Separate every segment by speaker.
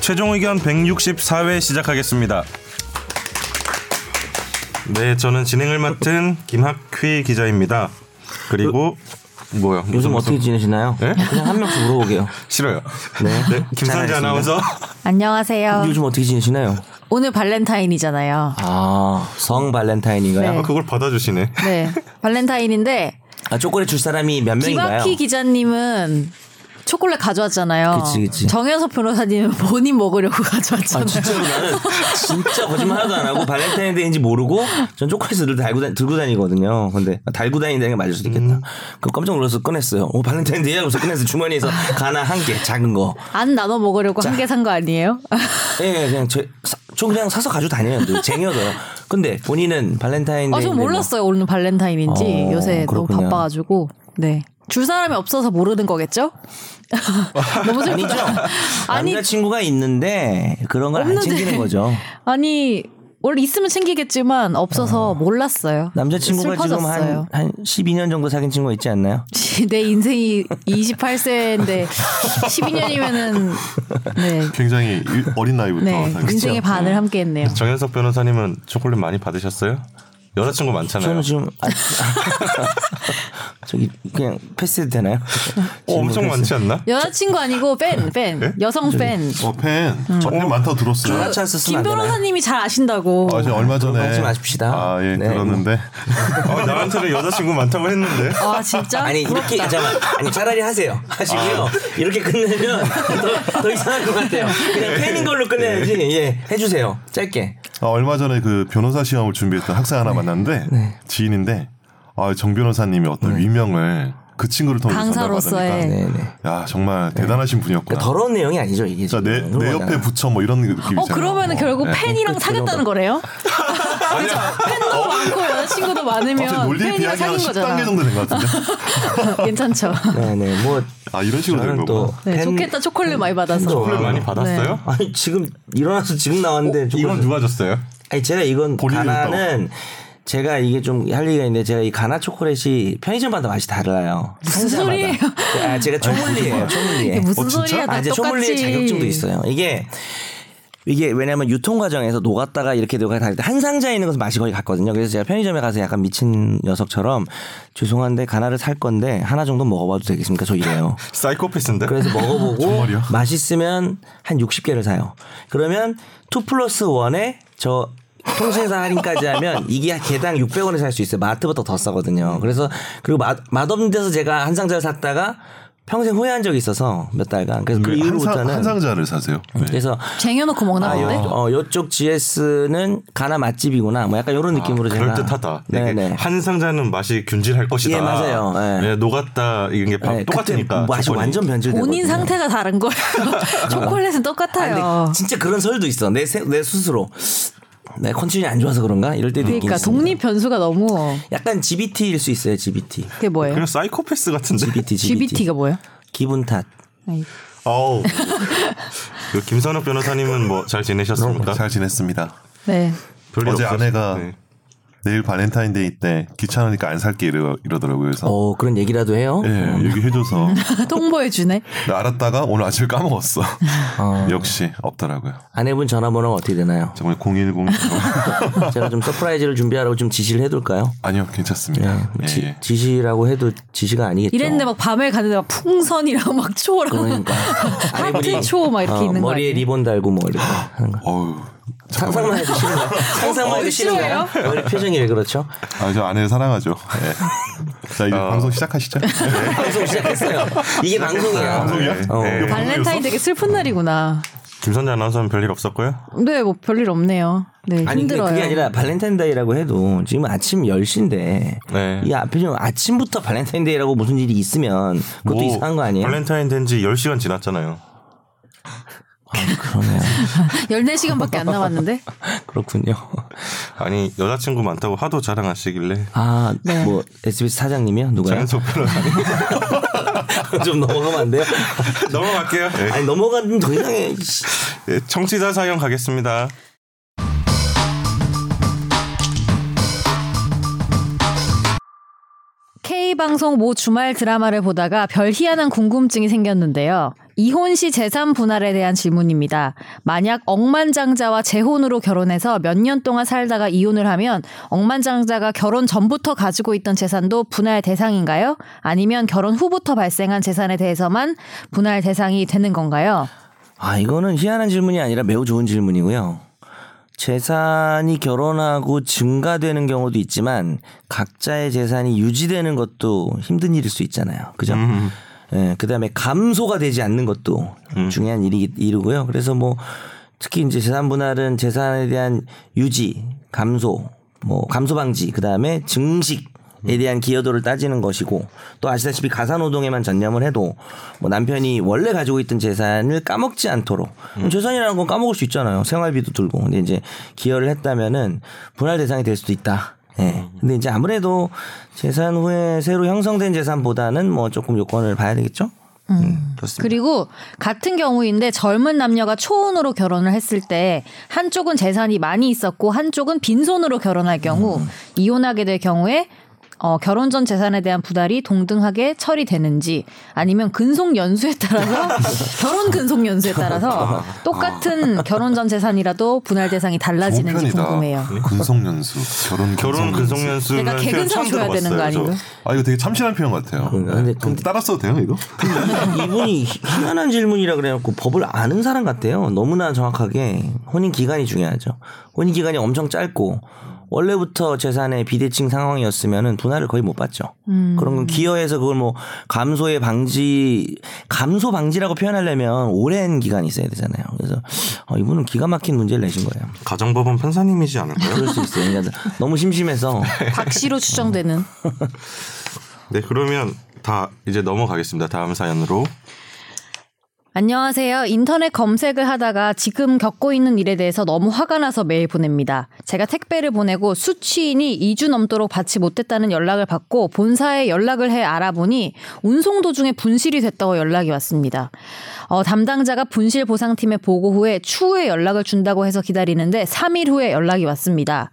Speaker 1: 최종 의견 164회 시작하겠습니다. 네, 저는 진행을 맡은 김학휘 기자입니다. 그리고 뭐요?
Speaker 2: 요즘 어떻게 지내시나요?
Speaker 1: 예?
Speaker 2: 그냥 한 명씩 물어보게요.
Speaker 1: 싫어요.
Speaker 2: 네.
Speaker 1: 네, 김선재
Speaker 2: 잘하겠습니다.
Speaker 1: 아나운서.
Speaker 3: 안녕하세요.
Speaker 2: 요즘 어떻게 지내시나요?
Speaker 3: 오늘 발렌타인이잖아요.
Speaker 2: 아, 성 발렌타인인가요?
Speaker 3: 네.
Speaker 1: 아, 그걸 받아주시네.
Speaker 3: 네. 발렌타인인데
Speaker 2: 아, 초콜릿 줄 사람이 몇 명인가요?
Speaker 3: 김학희 기자님은 초콜릿 가져왔잖아요.
Speaker 2: 그치, 그치.
Speaker 3: 정현석 변호사님은 본인 먹으려고 가져왔잖아요.
Speaker 2: 아, 진짜로 나는 진짜 거짓말 하나도 안 하고 발렌타인데이인지 모르고 전 초콜릿을 늘 달고, 다, 들고 다니거든요. 근데 달고 다니는 게 맞을 수도 있겠다. 그거 깜짝 놀라서 꺼냈어요. 오, 발렌타인데이 하면서 꺼냈어요. 주머니에서 가나 한 개, 작은 거.
Speaker 3: 안 나눠 먹으려고 한 개 산 거 아니에요?
Speaker 2: 예, 예, 그냥 저, 사- 저 그냥 사서 가지고 다녀요. 늘 쟁여둬요. 근데 본인은 발렌타인데이.
Speaker 3: 아, 전 몰랐어요. 오늘 발렌타인인지
Speaker 2: 네, 뭐. 어,
Speaker 3: 요새
Speaker 2: 그렇군요.
Speaker 3: 너무 바빠가지고. 네. 줄 사람이 없어서 모르는 거겠죠? 너무
Speaker 2: 아니죠.
Speaker 3: 슬프다. 아니,
Speaker 2: 남자친구가 있는데 그런 걸 안
Speaker 3: 없는데.
Speaker 2: 챙기는 거죠.
Speaker 3: 아니, 원래 있으면 챙기겠지만 없어서 몰랐어요.
Speaker 2: 남자친구가 지금
Speaker 3: 슬퍼졌어요.
Speaker 2: 한, 한 12년 정도 사귄 친구가 있지 않나요?
Speaker 3: 내 인생이 28세인데 12년이면은 네,
Speaker 4: 굉장히 유- 어린 나이부터
Speaker 3: 네
Speaker 4: 사귀었죠.
Speaker 3: 인생의 반을 함께했네요.
Speaker 1: 정현석 변호사님은 초콜릿 많이 받으셨어요? 여자친구 많잖아요.
Speaker 2: 저는 지금 아, 저기 그냥 패스해도 되나요?
Speaker 1: 어, 엄청
Speaker 2: 질문
Speaker 1: 많지 않나?
Speaker 3: 여자친구 아니고 팬, 팬, 여성 팬.
Speaker 4: 네? 어, 팬. 정말 많다 들었어요.
Speaker 2: 전화 찬스 쓰면
Speaker 3: 김
Speaker 2: 아, 안 되나요?
Speaker 3: 변호사님이 잘 아신다고.
Speaker 4: 아, 제가 얼마 전에
Speaker 2: 그러지 마십시다.
Speaker 4: 아, 예,
Speaker 2: 네.
Speaker 4: 들었는데
Speaker 1: 어, 나한테는 여자친구 많다고 했는데.
Speaker 3: 아 진짜?
Speaker 2: 아니 이렇게
Speaker 3: 부럽다.
Speaker 2: 잠깐 아니 차라리 하세요 하시고요
Speaker 4: 아.
Speaker 2: 이렇게 끝내면 더, 더 이상할 것 같아요
Speaker 4: 네.
Speaker 2: 그냥 팬인 걸로 끝내야지 예 해주세요 짧게
Speaker 4: 아, 얼마 전에 그 변호사 시험을 준비했던 학생
Speaker 2: 네.
Speaker 4: 하나 만났는데 지인인데 아, 정 변호사님이 어떤 위명을 그 친구를 통해서
Speaker 3: 강사로서의.
Speaker 4: 전달받으니까
Speaker 2: 네. 네네
Speaker 4: 야 정말 대단하신 분이었구나.
Speaker 2: 그러니까 더러운 내용이 아니죠 이게
Speaker 4: 자, 내,
Speaker 2: 지금.
Speaker 4: 내
Speaker 2: 그런
Speaker 4: 옆에
Speaker 2: 거잖아.
Speaker 4: 붙여 뭐 이런 느낌이잖아요.
Speaker 3: 어 그러면은 결국
Speaker 4: 예.
Speaker 3: 팬이랑 사귀었다는 거네요? 그렇죠. 팬도 많고 여자친구도
Speaker 4: 어. 갑자기
Speaker 3: 많으면
Speaker 4: 논리
Speaker 3: 팬이랑
Speaker 4: 비약이
Speaker 3: 사귄
Speaker 4: 한 10단계
Speaker 3: 거잖아.
Speaker 4: 정도 된 것 같은데.
Speaker 3: 괜찮죠.
Speaker 2: 네네 뭐
Speaker 4: 아 이런 식으로 된
Speaker 2: 저는 또
Speaker 4: 거고.
Speaker 3: 네,
Speaker 2: 팬-
Speaker 3: 좋겠다 초콜릿 많이 받아서.
Speaker 2: 팬도
Speaker 1: 초콜릿 많이 받았어요?
Speaker 2: 네. 아니 지금 일어나서 지금 나왔는데 조금-
Speaker 1: 이건 누가 줬어요?
Speaker 2: 아니 제가 이건
Speaker 4: 본인이
Speaker 2: 가나는 제가 이게 좀 할 얘기가 있는데 제가 이 가나 초콜릿이 편의점마다 맛이 달라요.
Speaker 3: 무슨
Speaker 2: 상자마다.
Speaker 3: 소리예요?
Speaker 2: 아 제가 초물리예요. 초물리에.
Speaker 3: 이게 무슨
Speaker 4: 어, 진짜?
Speaker 3: 소리야? 다
Speaker 2: 아, 이제 초물리에
Speaker 3: 똑같이.
Speaker 2: 자격증도 있어요. 이게 이게 왜냐면 유통 과정에서 녹았다가 이렇게 되고 다른데 한 상자에 있는 것은 맛이 거의 같거든요. 그래서 제가 편의점에 가서 약간 미친 녀석처럼 죄송한데 가나를 살 건데 하나 정도 먹어봐도 되겠습니까? 저 이래요.
Speaker 1: 사이코패스인데?
Speaker 2: 그래서 먹어보고
Speaker 4: 정말이야?
Speaker 2: 맛있으면 한 60개를 사요. 그러면 2 플러스 1에 저 통신사 할인까지 하면 이게 개당 600원에 살 수 있어요. 마트보다 더 싸거든요. 그래서 그리고 맛, 맛없는 데서 제가 한 상자를 샀다가 평생 후회한 적이 있어서 몇 달간. 그래서
Speaker 1: 음,
Speaker 2: 그
Speaker 4: 왜 한, 상,
Speaker 2: 이후부터는
Speaker 4: 한 상자를 사세요. 네.
Speaker 2: 그래서
Speaker 3: 쟁여놓고 먹나
Speaker 2: 아,
Speaker 3: 본데?
Speaker 2: 요, 어, 요쪽 GS는 가나 맛집이구나. 뭐 약간 이런 느낌으로 제가
Speaker 1: 아, 그럴 듯하다.
Speaker 2: 네네.
Speaker 1: 한 상자는 맛이 균질할 것이다.
Speaker 2: 예, 맞아요. 예.
Speaker 1: 예, 녹았다 이게 밥
Speaker 2: 네,
Speaker 1: 아, 똑같으니까.
Speaker 2: 그때 맛이
Speaker 1: 조건이.
Speaker 2: 완전 변질되고
Speaker 3: 본인 상태가 다른 거예요. 초콜릿은
Speaker 2: 아,
Speaker 3: 똑같아요.
Speaker 2: 근데 진짜 그런 설도 있어. 내, 세- 내 스스로. 내 컨디션이 안 좋아서 그런가? 이럴 때도 있긴
Speaker 3: 그러니까
Speaker 2: 있습니다.
Speaker 3: 독립 변수가 너무
Speaker 2: 약간 GBT일 수 있어요, GBT.
Speaker 3: 그게 뭐예요?
Speaker 1: 그냥 사이코패스 같은데.
Speaker 2: GBT, GBT.
Speaker 3: GBT가 뭐예요?
Speaker 2: 기분 탓.
Speaker 3: 아니,
Speaker 1: 어우. 그 김선욱 변호사님은 뭐 잘 지내셨습니까?
Speaker 4: 잘 지냈습니다.
Speaker 3: 네.
Speaker 1: 별일
Speaker 4: 어제
Speaker 1: 없었-
Speaker 4: 아내가
Speaker 1: 네.
Speaker 4: 내일 발렌타인데이 때 귀찮으니까 안 살게 이러, 이러더라고요. 그래서
Speaker 2: 어, 그런 얘기라도 해요?
Speaker 4: 예 얘기해줘서
Speaker 3: 통보해 주네.
Speaker 4: 나 알았다가 오늘 아침에 까먹었어. 역시 없더라고요.
Speaker 2: 아내분 전화번호가 어떻게 되나요?
Speaker 4: 정말 010
Speaker 2: 제가 좀 서프라이즈를 준비하라고 좀 지시를 해둘까요?
Speaker 4: 아니요 괜찮습니다. 예,
Speaker 2: 지,
Speaker 4: 예.
Speaker 2: 지시라고 해도 지시가 아니겠죠.
Speaker 3: 이랬는데 막 밤에 가는데 막 풍선이랑 막 초랑
Speaker 2: 그러니까. 뭐, 어,
Speaker 3: 하트 초 막 이렇게 있는 거
Speaker 2: 머리에
Speaker 3: 아니에요?
Speaker 2: 리본 달고 뭐 이렇게 하는 거.
Speaker 4: 어우
Speaker 2: 상상만 해도 싫은 거. 상상만 해도
Speaker 3: 머리
Speaker 2: 싫은 거. 머리 표정이 왜 그렇죠?
Speaker 4: 아저 아내를 사랑하죠. 예. 자 이제
Speaker 3: 어.
Speaker 4: 방송
Speaker 3: 네.
Speaker 4: 시작하시죠. 예.
Speaker 2: 방송 시작했어요. 이게 방송이에요.
Speaker 4: 방송이야?
Speaker 2: 어.
Speaker 1: 네.
Speaker 3: 발렌타인 되게 슬픈 날이구나.
Speaker 1: 김선재 아나운서는 별일 없었고요.
Speaker 3: 네, 뭐 별일 없네요. 네,
Speaker 2: 아니 근데
Speaker 3: 힘들어요.
Speaker 2: 그게 아니라 발렌타인데이라고 해도 지금 아침 10시인데
Speaker 1: 네.
Speaker 2: 이 앞에 좀 아침부터 발렌타인데이라고 무슨 일이 있으면 그것도
Speaker 1: 뭐
Speaker 2: 이상한 거 아니에요?
Speaker 1: 발렌타인 된 지 10시간 지났잖아요.
Speaker 2: 아, 그러네요.
Speaker 3: 14시간밖에 안 남았는데?
Speaker 2: 그렇군요.
Speaker 1: 아니 여자친구 많다고 하도 자랑하시길래
Speaker 2: 아,
Speaker 3: 네.
Speaker 2: 뭐 SBS 사장님이요? 누가요?
Speaker 1: 정현석 변호사님
Speaker 2: 좀 넘어가면 안 돼요?
Speaker 1: 넘어갈게요. 예.
Speaker 2: 아니 넘어가면 더 이상해.
Speaker 1: 예, 청취자 사연 가겠습니다.
Speaker 3: K방송 모 주말 드라마를 보다가 별 희한한 궁금증이 생겼는데요. 이혼 시 재산 분할에 대한 질문입니다. 만약 억만장자와 재혼으로 결혼해서 몇 년 동안 살다가 이혼을 하면 억만장자가 결혼 전부터 가지고 있던 재산도 분할 대상인가요? 아니면 결혼 후부터 발생한 재산에 대해서만 분할 대상이 되는 건가요?
Speaker 2: 아, 이거는 희한한 질문이 아니라 매우 좋은 질문이고요. 재산이 결혼하고 증가되는 경우도 있지만 각자의 재산이 유지되는 것도 힘든 일일 수 있잖아요. 그죠? 예, 그다음에 감소가 되지 않는 것도 중요한 일이 이루고요. 그래서 뭐 특히 이제 재산 분할은 재산에 대한 유지, 감소, 뭐 감소 방지, 그다음에 증식 에 대한 기여도를 따지는 것이고 또 아시다시피 가사노동에만 전념을 해도 뭐 남편이 원래 가지고 있던 재산을 까먹지 않도록 음,
Speaker 4: 음.
Speaker 2: 재산이라는 건 까먹을 수 있잖아요 생활비도 들고 근데 이제 기여를 했다면은 분할 대상이 될 수도 있다 예.
Speaker 4: 음.
Speaker 2: 근데 이제 아무래도 재산 후에 새로 형성된 재산보다는 뭐 조금 요건을 봐야 되겠죠 음, 그렇습니다.
Speaker 3: 그리고 같은 경우인데 젊은 남녀가 초혼으로 결혼을 했을 때 한쪽은 재산이 많이 있었고 한쪽은 빈손으로 결혼할 경우
Speaker 4: 음.
Speaker 3: 이혼하게 될 경우에 어, 결혼 전 재산에 대한 부달이 동등하게 처리되는지 아니면 근속 연수에 따라서 결혼 근속 연수에 따라서 똑같은 결혼 전 재산이라도 분할 대상이
Speaker 4: 좋은
Speaker 3: 달라지는지
Speaker 4: 편이다.
Speaker 3: 궁금해요.
Speaker 4: 근속연수 결혼
Speaker 1: 결혼 근속연수
Speaker 3: 내가 개근상 줘야 되는 거 아닌가요?
Speaker 4: 아 이거 되게 참신한 표현 같아요.
Speaker 2: 그러니까. 근데
Speaker 4: 네. 그럼 따라 써도 돼요 이거?
Speaker 2: 이분이 희- 희한한 질문이라 그래놓고 법을 아는 사람 같아요. 너무나 정확하게 혼인 기간이 중요하죠. 혼인 기간이 엄청 짧고 원래부터 재산의 비대칭 상황이었으면은 분할을 거의 못 받죠. 그런 건 기여해서 그걸 뭐 감소의 방지 감소 방지라고 표현하려면 오랜 기간이 있어야 되잖아요. 그래서 어, 이분은 기가 막힌 문제를 내신 거예요.
Speaker 1: 가정법원 판사님이지 않을까요?
Speaker 2: 그럴 수 있어요. 그러니까 너무 심심해서
Speaker 4: 네.
Speaker 3: 박씨로 추정되는
Speaker 1: 네 그러면 다 이제 넘어가겠습니다. 다음 사연으로
Speaker 3: 안녕하세요. 인터넷 검색을 하다가 지금 겪고 있는 일에 대해서 너무 화가 나서 메일 보냅니다. 제가 택배를 보내고 수취인이 2주 넘도록 받지 못했다는 연락을 받고 본사에 연락을 해 알아보니 운송 도중에 분실이 됐다고 연락이 왔습니다. 어, 담당자가 분실 보상팀에 보고 후에 추후에 연락을 준다고 해서 기다리는데 3일 후에 연락이 왔습니다.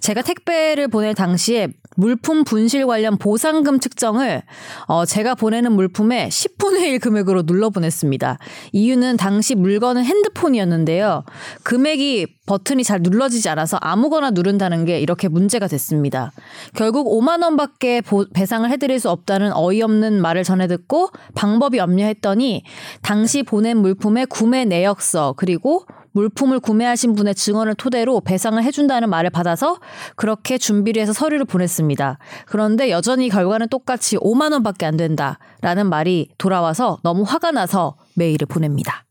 Speaker 3: 제가 택배를 보낼 당시에 물품 분실 관련 보상금 측정을 어, 제가 보내는 물품의 10분의 1 금액으로 눌러 보냈습니다. 이유는 당시 물건은 핸드폰이었는데요. 금액이 버튼이 잘 눌러지지 않아서 아무거나 누른다는 게 이렇게 문제가 됐습니다. 결국 5만 원밖에 보- 배상을 해드릴 수 없다는 어이없는 말을 전해 듣고 방법이 없냐 했더니 당시 보낸 물품의 구매 내역서 그리고 물품을 구매하신 분의 증언을 토대로 배상을 해준다는 말을 받아서 그렇게 준비를 해서 서류를 보냈습니다. 그런데 여전히 결과는 똑같이 5만 원밖에 안 된다라는 말이 돌아와서 너무 화가 나서 메일을 보냅니다.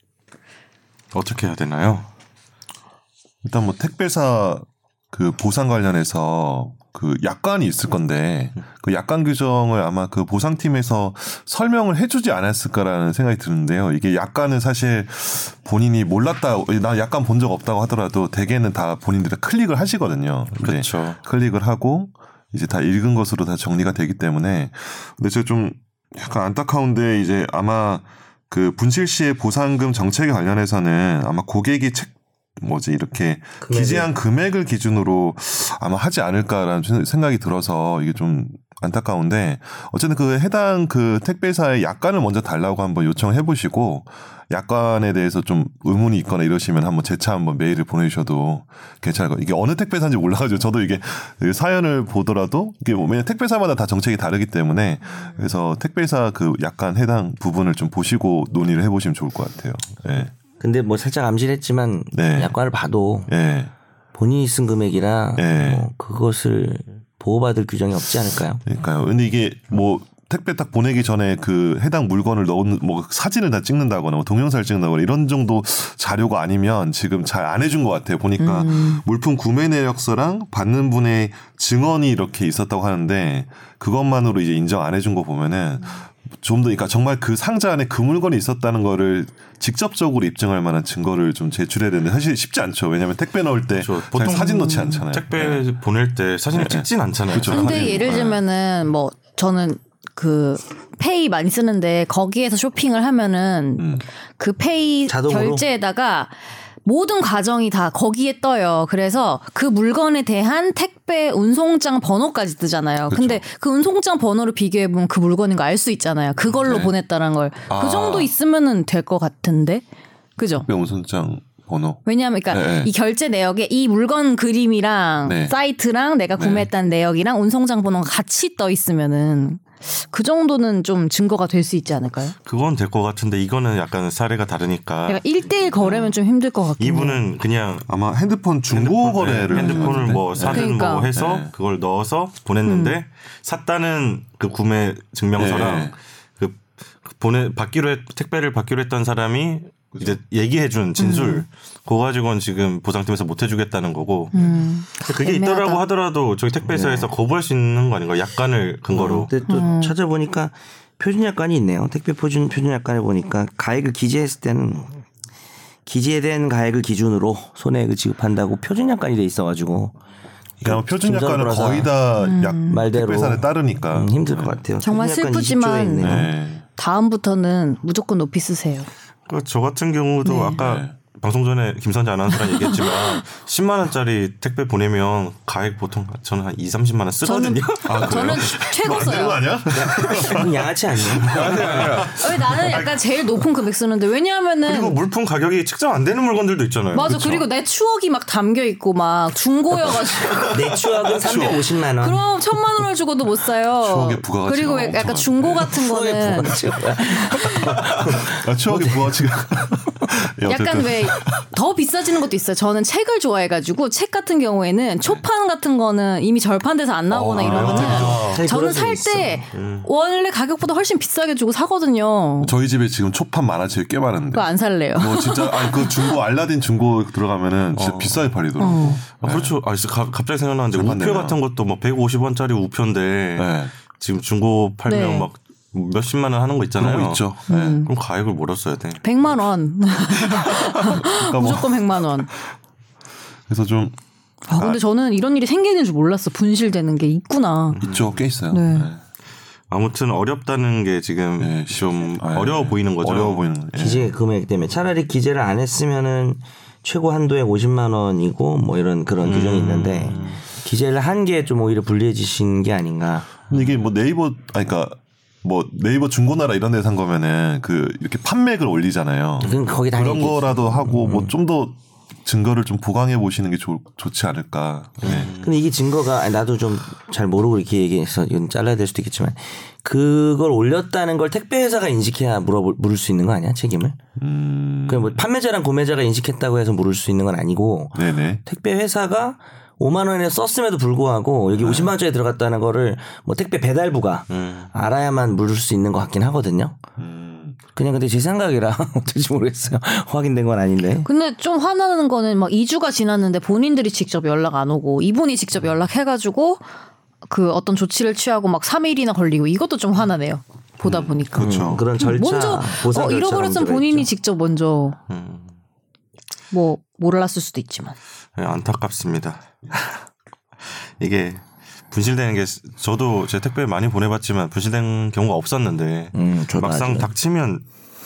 Speaker 1: 어떻게 해야 되나요?
Speaker 4: 일단 뭐 택배사 그 보상 관련해서 그 약관이 있을 건데 그 약관 규정을 아마 그 보상팀에서 설명을 해주지 않았을까라는 생각이 드는데요. 이게 약관은 사실 본인이 몰랐다, 나 약관 본 적 없다고 하더라도 대개는 다 본인들이 클릭을 하시거든요. 근데
Speaker 1: 그렇죠.
Speaker 4: 클릭을 하고 이제 다 읽은 것으로 다 정리가 되기 때문에 근데 제가 좀 약간 안타까운데 이제 아마 그 분실 시의 보상금 정책에 관련해서는 아마 고객이 책 뭐지 이렇게
Speaker 2: 금액을.
Speaker 4: 기재한 금액을 기준으로 아마 하지 않을까라는 생- 생각이 들어서 이게 좀 안타까운데 어쨌든 그 해당 그 택배사에 약관을 먼저 달라고 한번 요청해 보시고 약관에 대해서 좀 의문이 있거나 이러시면 한번 재차 한번 메일을 보내주셔도 괜찮을 거예요. 이게 어느 택배사인지 몰라가지고 저도 이게 그 사연을 보더라도 이게 뭐 왜냐 택배사마다 다 정책이 다르기 때문에 그래서 택배사 그 약간 해당 부분을 좀 보시고 논의를 해보시면 좋을 것 같아요. 예.
Speaker 2: 근데 뭐 살짝 암시했지만
Speaker 4: 네.
Speaker 2: 약관을 봐도
Speaker 4: 예.
Speaker 2: 본인이 쓴 금액이라
Speaker 4: 네.
Speaker 2: 뭐 그것을 보호받을 규정이 없지 않을까요?
Speaker 4: 그러니까요. 근데 이게 뭐 택배 딱 보내기 전에 그 해당 물건을 넣은 뭐 사진을 다 찍는다거나 뭐 동영상을 찍는다거나 이런 정도 자료가 아니면 지금 잘 안 해준 것 같아요. 보니까 물품 구매 내역서랑 받는 분의 증언이 이렇게 있었다고 하는데 그것만으로 이제 인정 안 해준 거 보면은 좀 더 그러니까 정말 그 상자 안에 그 물건이 있었다는 거를 직접적으로 입증할 만한 증거를 좀 제출해야 되는데 사실 쉽지 않죠. 왜냐하면 택배 넣을 때
Speaker 1: 그렇죠.
Speaker 4: 잘
Speaker 1: 보통
Speaker 4: 사진 넣지 않잖아요. 네.
Speaker 1: 택배 보낼 때 사진을 찍진 않잖아요.
Speaker 4: 그렇죠.
Speaker 3: 근데
Speaker 4: 아니요.
Speaker 3: 예를
Speaker 4: 네.
Speaker 3: 들면은 뭐 저는 그 페이 많이 쓰는데 거기에서 쇼핑을 하면은 그 페이
Speaker 2: 자동으로?
Speaker 3: 결제에다가 모든 과정이 다 거기에 떠요. 그래서 그 물건에 대한 택배 운송장 번호까지 뜨잖아요. 근데 그 운송장 번호를 비교해 보면 그 물건인 거 알 수 있잖아요. 그걸로
Speaker 4: 네.
Speaker 3: 보냈다는 걸.
Speaker 4: 아.
Speaker 3: 그 정도 있으면은 될 것 같은데. 그죠?
Speaker 4: 택배 운송장 번호.
Speaker 3: 왜냐하면 그러니까
Speaker 4: 네, 네.
Speaker 3: 이 결제 내역에 이 물건 그림이랑
Speaker 4: 네.
Speaker 3: 사이트랑 내가
Speaker 4: 네.
Speaker 3: 구매했다는 내역이랑 운송장 번호가 같이 떠 있으면은 그 정도는 좀 증거가 될 수 있지 않을까요?
Speaker 1: 그건 될 것 같은데 이거는 약간 사례가
Speaker 4: 아.
Speaker 1: 다르니까
Speaker 3: 그러니까 1대1 거래면 좀 힘들 것 같긴 해요.
Speaker 1: 이분은 그냥 네,
Speaker 4: 아마 핸드폰 네, 중고 거래를 하신 것
Speaker 1: 핸드폰을
Speaker 4: 음. 같은데.
Speaker 1: 뭐 사든 뭐
Speaker 3: 그러니까. 음.
Speaker 1: 해서
Speaker 4: 네.
Speaker 1: 그걸 넣어서 보냈는데 샀다는 그 구매 증명서랑
Speaker 4: 네.
Speaker 1: 그 보내 받기로 했, 택배를 받기로 했던 사람이 이제 얘기해준 진술 그거 가지고는 지금 보상팀에서 못 해주겠다는 거고
Speaker 3: 음.
Speaker 1: 근데 그게
Speaker 3: 애매하다.
Speaker 1: 있더라고 하더라도 저기
Speaker 4: 네.
Speaker 1: 택배사에서 거부할 수 있는 거 아닌가 약간을
Speaker 4: 어,
Speaker 1: 근거로
Speaker 2: 근데 또
Speaker 3: 음.
Speaker 2: 찾아보니까 표준 약관이 있네요. 택배 표준 표준 약관에 보니까 가액을 기재했을 때는 기재된 가액을 기준으로 손해액을 지급한다고 표준 약관이 돼 있어가지고
Speaker 4: 그러니까 그냥 표준
Speaker 2: 증상
Speaker 4: 약관은
Speaker 2: 돌아서
Speaker 4: 거의 다 약,
Speaker 2: 말대로
Speaker 4: 택배사를 따르니까.
Speaker 2: 음, 힘들 것 같아요.
Speaker 3: 정말
Speaker 2: 표준 약관
Speaker 3: 슬프지만
Speaker 2: 20조 에 있네요.
Speaker 4: 네.
Speaker 3: 다음부터는 무조건 높이 쓰세요.
Speaker 1: 그저 같은 경우도 아까
Speaker 4: 네.
Speaker 1: 방송 전에 김선재 아나운서랑 얘기했지만 10만 원짜리 택배 보내면 가액 보통 저는 한 2, 30만 원 쓰거든요. 아,
Speaker 4: 아,
Speaker 3: 저는 최고
Speaker 4: 안 되는
Speaker 3: 써요.
Speaker 4: 거 아니야?
Speaker 2: 그건 양아치 아니에요?
Speaker 3: 왜 나는 약간 제일 높은 금액 쓰는데
Speaker 1: 그리고
Speaker 3: 왜냐하면은
Speaker 1: 물품 가격이 측정 안 되는 물건들도 있잖아요.
Speaker 3: 맞아
Speaker 1: 그쵸?
Speaker 3: 그리고 내 추억이 막 담겨 있고 막 중고여가지고
Speaker 2: 내 추억은 350만 원.
Speaker 3: 그럼 천만 원을 주고도 못 사요.
Speaker 4: 추억의 부가가치가
Speaker 3: 그리고
Speaker 4: 엄청
Speaker 3: 약간
Speaker 4: 많네.
Speaker 3: 중고 같은 거는
Speaker 4: 아, 추억의 부가치가. 예,
Speaker 3: 약간
Speaker 4: 어쨌든.
Speaker 3: 왜 더 비싸지는 것도 있어요. 저는 책을 좋아해가지고 책 같은 경우에는 초판 같은 거는 이미 절판돼서 안 나오거나
Speaker 2: 맞아.
Speaker 3: 이러면은 저는
Speaker 2: 그럴
Speaker 3: 살 때 원래 가격보다 훨씬 비싸게 주고 사거든요.
Speaker 4: 저희 집에 지금 초판 만화책이 꽤 많은데.
Speaker 3: 그거 안 살래요.
Speaker 4: 뭐 진짜 아니 그 중고 알라딘 중고 들어가면은 진짜 비싸게 팔리더라고. 요
Speaker 3: 어.
Speaker 1: 아, 그렇죠. 아, 진짜 가- 갑자기 생각나는데 우표
Speaker 4: 절판되면.
Speaker 1: 같은 것도 뭐 150원짜리 우표인데
Speaker 4: 네.
Speaker 1: 지금 중고 팔면
Speaker 3: 네.
Speaker 1: 막 몇십만 원 하는 거 있잖아요. 음.
Speaker 4: 그런 거 있죠. 네.
Speaker 1: 그럼 가액을 뭐라 써야 돼?
Speaker 3: 100만 원. 무조건 100만 원.
Speaker 4: 그래서 좀
Speaker 3: 아, 근데 저는 이런 일이 생기는 줄 몰랐어. 분실되는 게 있구나.
Speaker 4: 있죠 꽤 있어요.
Speaker 3: 네.
Speaker 1: 아무튼 어렵다는 게 지금
Speaker 4: 네,
Speaker 1: 좀
Speaker 4: 아, 예.
Speaker 1: 어려워 보이는 거죠.
Speaker 4: 어려워 보이는 거. 예.
Speaker 2: 기재 금액 때문에 차라리 기재를 안 했으면은 최고 한도에 50만 원이고 뭐 이런 그런
Speaker 4: 음.
Speaker 2: 규정이 있는데 기재를 한 게 좀 오히려 불리해지신 게 아닌가.
Speaker 4: 근데 이게 뭐 네이버 아니 그러니까 뭐 네이버 중고나라 이런 데서 산 거면은 그 이렇게 판매액을 올리잖아요.
Speaker 2: 그건 거기 당연히
Speaker 4: 그런 거라도 하고
Speaker 2: 음.
Speaker 4: 뭐 좀 더 증거를 좀 보강해 보시는 게 좋, 좋지 않을까. 네.
Speaker 2: 근데 이게 증거가 아니, 나도 좀 잘 모르고 이렇게 얘기해서 이건 잘라야 될 수도 있겠지만 그걸 올렸다는 걸 택배 회사가 인식해야 물어 물을 수 있는 거 아니야 책임을?
Speaker 4: 음.
Speaker 2: 그냥 뭐 판매자랑 구매자가 인식했다고 해서 물을 수 있는 건 아니고
Speaker 4: 네네.
Speaker 2: 택배 회사가 5만 원에 썼음에도 불구하고 여기 50만 원짜리 들어갔다는 거를 뭐 택배 배달부가 알아야만 물을 수 있는 것 같긴 하거든요.
Speaker 4: 음.
Speaker 2: 그냥 근데 제 생각이라 어떨지 모르겠어요. 확인된 건 아닌데.
Speaker 3: 근데 좀 화나는 거는 막 2주가 지났는데 본인들이 직접 연락 안 오고 이분이 직접 연락해가지고 그 어떤 조치를 취하고 막 3일이나 걸리고 이것도 좀 화나네요. 보다 보니까. 음,
Speaker 4: 그렇죠.
Speaker 2: 음, 그런 절차
Speaker 3: 먼저
Speaker 2: 보상
Speaker 3: 어,
Speaker 2: 절차가
Speaker 3: 잃어버렸으면
Speaker 2: 문제가
Speaker 3: 본인이
Speaker 2: 있죠.
Speaker 3: 직접 먼저
Speaker 1: 음,
Speaker 3: 뭐 몰랐을 수도 있지만.
Speaker 1: 예, 안타깝습니다. 이게 분실되는 게 스- 저도 제 택배 많이 보내봤지만 분실된 경우가 없었는데
Speaker 2: 음, 저도
Speaker 1: 막상
Speaker 2: 아직은.
Speaker 1: 닥치면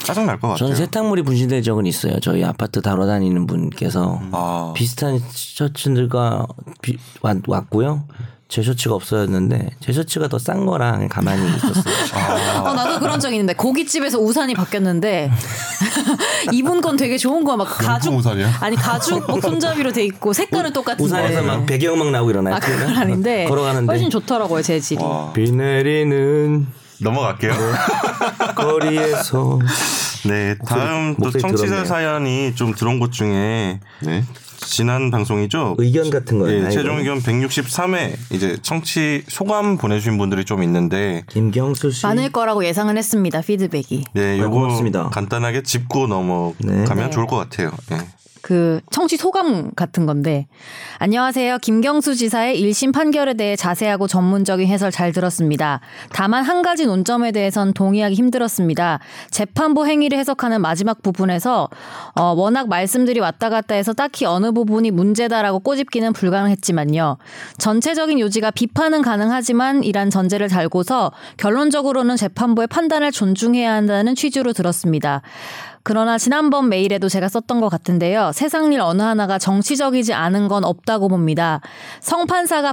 Speaker 1: 짜증 날 것 같아요.
Speaker 2: 저는 세탁물이 분실될 적은 있어요. 저희 아파트 다뤄 다니는 분께서
Speaker 4: 아.
Speaker 2: 비슷한 셔츠들과 비- 왔, 왔고요. 제 셔츠가 없어졌는데 제 셔츠가 더 싼 거랑 가만히 있었어요.
Speaker 3: 아, 나도 그런 적 있는데 고깃집에서 우산이 바뀌었는데 이분 건 되게 좋은 거야. 막 가죽
Speaker 4: 우산이야?
Speaker 3: 아니 가죽 뭐 손잡이로 돼 있고 색깔은 똑같은데.
Speaker 2: 우산에서 막 배경음악 나오고 일어나요.
Speaker 3: 아 그건 아닌데
Speaker 2: 걸어가는데
Speaker 3: 훨씬 좋더라고요 재질이.
Speaker 2: 비 내리는
Speaker 1: 넘어갈게요.
Speaker 2: 거리에서
Speaker 1: 네, 다음 또
Speaker 2: 목소리
Speaker 1: 청취자
Speaker 2: 들었네요.
Speaker 1: 사연이 좀 들어온 것 중에
Speaker 4: 네.
Speaker 1: 지난 방송이죠.
Speaker 2: 의견 같은 거예요.
Speaker 1: 예,
Speaker 2: 아이고.
Speaker 1: 최종 의견 163회 이제 청취 소감 보내주신 분들이 좀 있는데
Speaker 2: 김경수 씨
Speaker 3: 많을 거라고 예상을 했습니다. 피드백이.
Speaker 1: 네,
Speaker 2: 아,
Speaker 1: 요거
Speaker 2: 고맙습니다.
Speaker 1: 간단하게 짚고
Speaker 2: 네.
Speaker 1: 넘어가면
Speaker 3: 네.
Speaker 1: 좋을 것 같아요. 예.
Speaker 3: 그 청취 소감 같은 건데 안녕하세요 김경수 지사의 1심 판결에 대해 자세하고 전문적인 해설 잘 들었습니다. 다만 한 가지 논점에 대해선 동의하기 힘들었습니다. 재판부 행위를 해석하는 마지막 부분에서 어, 워낙 말씀들이 왔다 갔다 해서 딱히 어느 부분이 문제다라고 꼬집기는 불가능했지만요. 전체적인 요지가 비판은 가능하지만 이란 전제를 달고서 결론적으로는 재판부의 판단을 존중해야 한다는 취지로 들었습니다. 그러나 지난번 메일에도 제가 썼던 것 같은데요. 세상일 어느 하나가 정치적이지 않은 건 없다고 봅니다. 성판사가